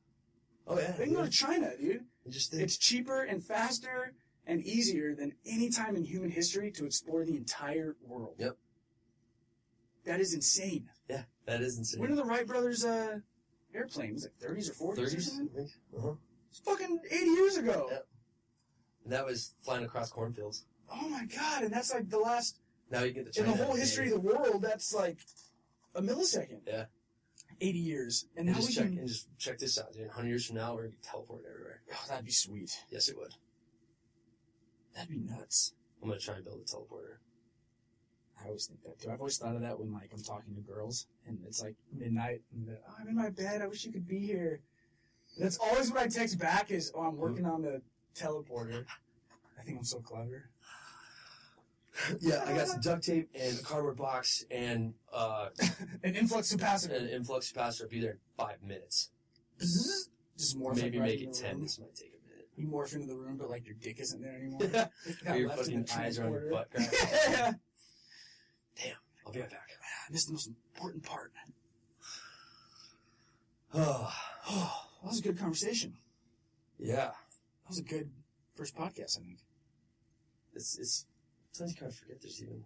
B: Oh yeah.
C: They can go to China, dude.
B: Just think,
C: It's cheaper and faster and easier than any time in human history to explore the entire world.
B: Yep.
C: That is insane.
B: yeah, that is insane.
C: When are the Wright brothers' uh, airplane? Was it 30s or 40s? or
B: 30s,
C: something?
B: I think. Uh-huh.
C: It's fucking 80 years ago.
B: Yep. That was flying across cornfields.
C: Oh my god! And that's like the last
B: Now you get the
C: in
B: China
C: the whole
B: update.
C: history of the world. That's like a millisecond.
B: Yeah.
C: 80 years, and
B: And
C: now
B: just
C: we
B: check
C: can.
B: and just check this out, dude. Hundred years from now, we're gonna be teleported everywhere.
C: Oh, that'd be sweet.
B: Yes, it would.
C: That'd be nuts.
B: I'm gonna try and build a
C: [laughs]
B: teleporter.
C: I always think that too. I've always thought of that when like I'm talking to girls and it's like midnight and they're, oh, I'm in my bed. I wish you could be here. That's always what I text back is, oh, I'm working on the teleporter. I think I'm so clever. [laughs]
B: yeah, I got some duct tape and a cardboard box and uh,
C: An influx
B: an
C: capacitor.
B: influx capacitor. Be there in five minutes.
C: Bzzz. Just morph
B: Maybe
C: like, right
B: make
C: into
B: it
C: the
B: ten.
C: room.
B: This might take a minute.
C: You morph into the room, but like your dick isn't there anymore.
B: [laughs] Or your fucking eyes are on your butt crack.
C: [laughs] yeah.
B: I'll be right back.
C: I missed the most important part. [sighs] Oh, that was a good conversation.
B: yeah,
C: That was a good first podcast, I think.
B: it's it's. Sometimes you kind of forget there's even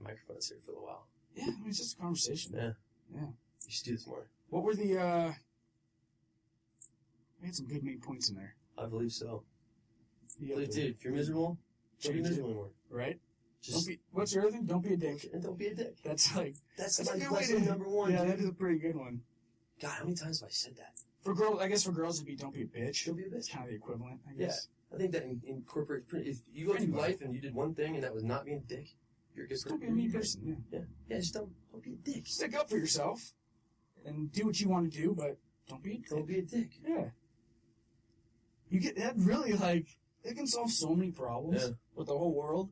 B: microphones here for a little while.
C: Yeah, I mean, it's just a conversation.
B: Yeah,
C: Yeah.
B: You should do this more.
C: What were the uh we had some good main points in there.
B: I believe so.
C: Yeah,
B: Like, dude, if you're miserable, don't be
C: Change it.
B: miserable anymore.
C: right?
B: Just
C: don't be what's your other thing? Don't be a dick.
B: and don't be a dick.
C: That's like
B: That's,
C: that's a
B: my
C: good way to
B: lesson number one.
C: Yeah,
B: dude.
C: that is a pretty good one.
B: God, how many times have I said that?
C: For girls I guess for girls it'd be don't be a bitch.
B: Don't be a
C: That's
B: bitch.
C: kind of the equivalent, I
B: Yeah.
C: guess.
B: I think that in, incorporates. pretty- If you go through
C: Pretty much.
B: life and you did one thing and that was not being a dick, you're a good
C: Just don't be a
B: you're
C: mean
B: good.
C: person, yeah.
B: Yeah, yeah, just don't, don't be a dick.
C: Stick up for yourself and do what you want to do, but don't be a
B: Don't
C: dick.
B: be a dick.
C: Yeah. You get that really like it can solve so many problems
B: Yeah.
C: with the whole world.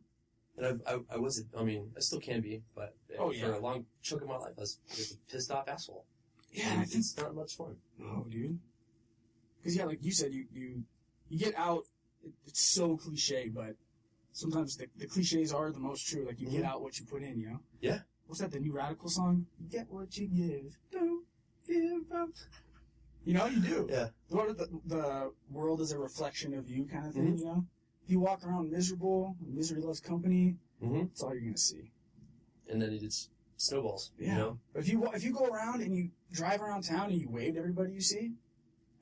B: And I've, I, I was, I mean, I still can be, but uh,
C: Oh,
B: for
C: yeah.
B: a long chunk of my life, I was just a pissed off asshole.
C: Yeah,
B: and
C: I think
B: it's not much fun.
C: No, Oh, dude. Because yeah, like you said, you you you get out. It, it's so cliche, but sometimes the, the cliches are the most true. Like you get
B: Mhm.
C: out what you put in, you know.
B: Yeah.
C: What's that? The new radical song? You get what you give. Don't give up. You know you do.
B: Yeah.
C: What the, the world is a reflection of you, kind of thing.
B: Mhm.
C: You know. If you walk around miserable, misery loves company.
B: Mm-hmm.
C: That's all you're gonna see.
B: And then it just snowballs.
C: Yeah.
B: You know,
C: But if you wa- if you go around and you drive around town and you wave to everybody you see,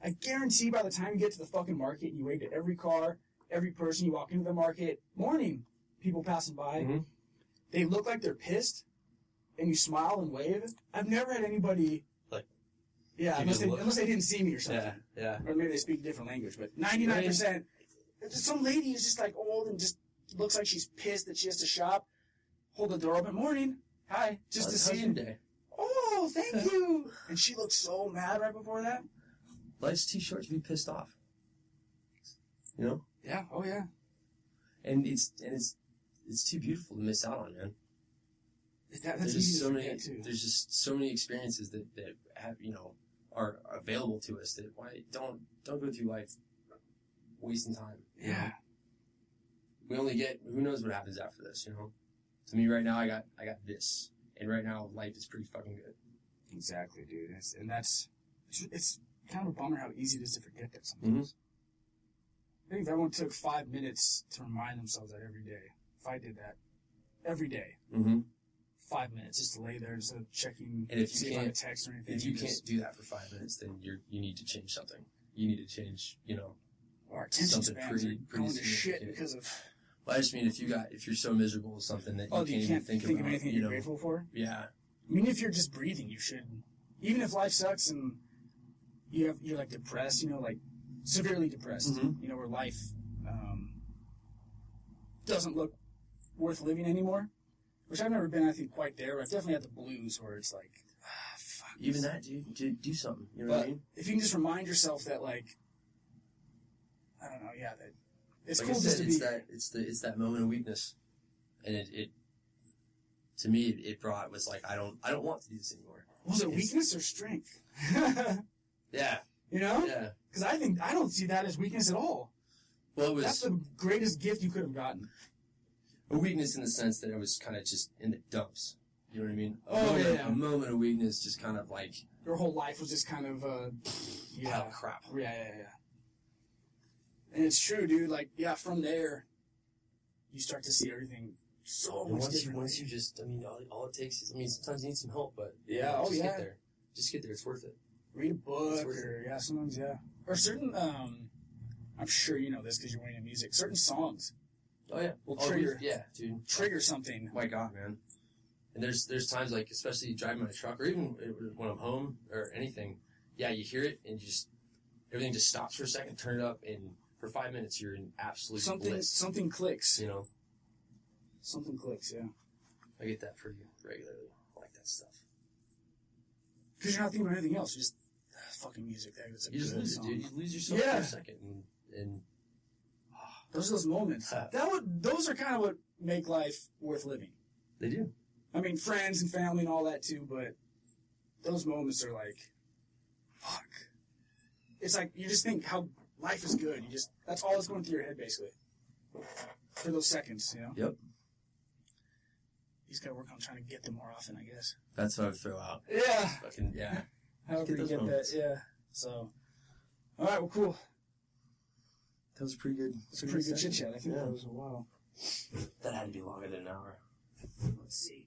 C: I guarantee by the time you get to the fucking market, you wave to every car, every person you walk into the market. Morning, people passing by,
B: Mhm.
C: they look like they're pissed, and you smile and wave. I've never had anybody
B: Like,
C: yeah,
B: you
C: unless
B: just
C: they,
B: look.
C: unless they didn't see me or something,
B: yeah, yeah.
C: or maybe they speak a different language. But ninety nine percent, some lady is just like old and just looks like she's pissed that she has to shop. Hold the door open, morning, hi, just to
B: How's-
C: see
B: how's
C: you.
B: your day.
C: Oh, thank you. And she looked so mad right before that.
B: Life's too short to be pissed off. You know,
C: Yeah. Oh, yeah.
B: and it's and it's it's too beautiful to miss out on, man.
C: That, that's
B: there's
C: easy
B: just so
C: to
B: many
C: forget, too.
B: there's just so many experiences that that have you know are available to us that why don't don't go through life wasting time you know?
C: Yeah.
B: we only get who knows what happens after this, you know. To me right now I got I got this. And right now life is pretty fucking good.
C: Exactly, dude. It's, and that's it's, it's kind of a bummer how easy it is to forget that
B: Mm-hmm.
C: sometimes. I think if everyone took five minutes to remind themselves that every day, if I did that every day,
B: Mm-hmm.
C: five minutes just to lay there instead of checking
B: And if
C: see
B: you
C: I
B: can't-
C: got a text or anything,
B: If you
C: just-
B: can't do that for five minutes, then you're you need to change something. You need to change, you know.
C: our attention
B: something
C: spans
B: pretty-
C: are
B: pretty
C: going to shit
B: significant.
C: because of
B: Well, I just mean if you got if you're so miserable with something that you
C: oh,
B: can't, even think,
C: of
B: about,
C: anything
B: you
C: you're
B: know.
C: grateful for.
B: Yeah.
C: I mean, if you're just breathing, you should. Even if life sucks and you have you're like depressed, you know, like severely depressed,
B: Mhm.
C: you know, where life um, doesn't look worth living anymore. Which I've never been, I think, quite there. But I've definitely had the blues where it's like, ah, fuck.
B: Even
C: this-
B: that, dude, do, do something. You know what I
C: But
B: mean?
C: if you can just remind yourself that, like, I don't know, yeah, that it's
B: like
C: cool
B: I
C: just
B: said,
C: to be.
B: it's that it's the it's that moment of weakness, and it, it to me it, it brought was like I don't I don't want to do this anymore.
C: was it
B: it's-
C: weakness or strength? [laughs]
B: Yeah,
C: you know,
B: yeah.
C: because I think I don't see that as weakness at all.
B: Well, it
C: That's
B: was
C: the greatest gift you could have gotten.
B: a weakness in the sense that I was kind of just in the dumps. You know what I mean? A
C: Oh,
B: moment,
C: yeah, yeah.
B: A moment of weakness, just kind of like
C: Your whole life was just kind of, uh, yeah,
B: pile of crap.
C: yeah, yeah, yeah. And it's true, dude. Like, yeah, from there, you start to see everything so
D: And
C: much
D: once you,
C: differently.
D: once you just, I mean, all, all it takes is, I mean, sometimes you need some help, but
C: Yeah, oh,
D: just
C: yeah.
D: get there. Just get there. It's worth it.
C: read a book
D: It's worth
C: or yeah, sometimes yeah, or certain. um I'm sure you know this because you're way into music. Certain songs
D: Oh yeah.
C: Well,
D: Oh,
C: trigger.
D: we've- Yeah, dude.
C: trigger something.
B: My God, man.
D: And there's there's times like, especially driving my truck, or even when I'm home or anything. Yeah, you hear it and you just everything just stops for a second. Turn it up, and for five minutes you're in absolute
C: Something
D: bliss.
C: something clicks.
D: You know,
C: Something clicks. Yeah.
D: I get that pretty regularly. I like that stuff.
C: Because you're not thinking about anything else. You're just ah, fucking music. That is a
D: You just
C: good
D: lose it,
C: song.
D: dude. You lose yourself
C: Yeah.
D: for a second, and, and
C: Those are those moments.
D: Huh.
C: That would. Those are kind of what make life worth living.
D: they do.
C: I mean, friends and family and all that too, but those moments are like, fuck. It's like you just think how life is good. You just that's all that's going through your head basically for those seconds. You know.
B: Yep.
C: You just gotta work on trying to get them more often, I guess.
B: That's what I would throw out.
C: Yeah.
B: Fucking yeah.
C: However
B: Get
C: you
B: those
C: get
B: moments.
C: that, yeah. So, all right, well, cool.
B: That was pretty good.
C: It's a pretty good chit chat. I think
B: Yeah.
C: that was a while.
D: That had to be longer than an hour.
C: Let's see.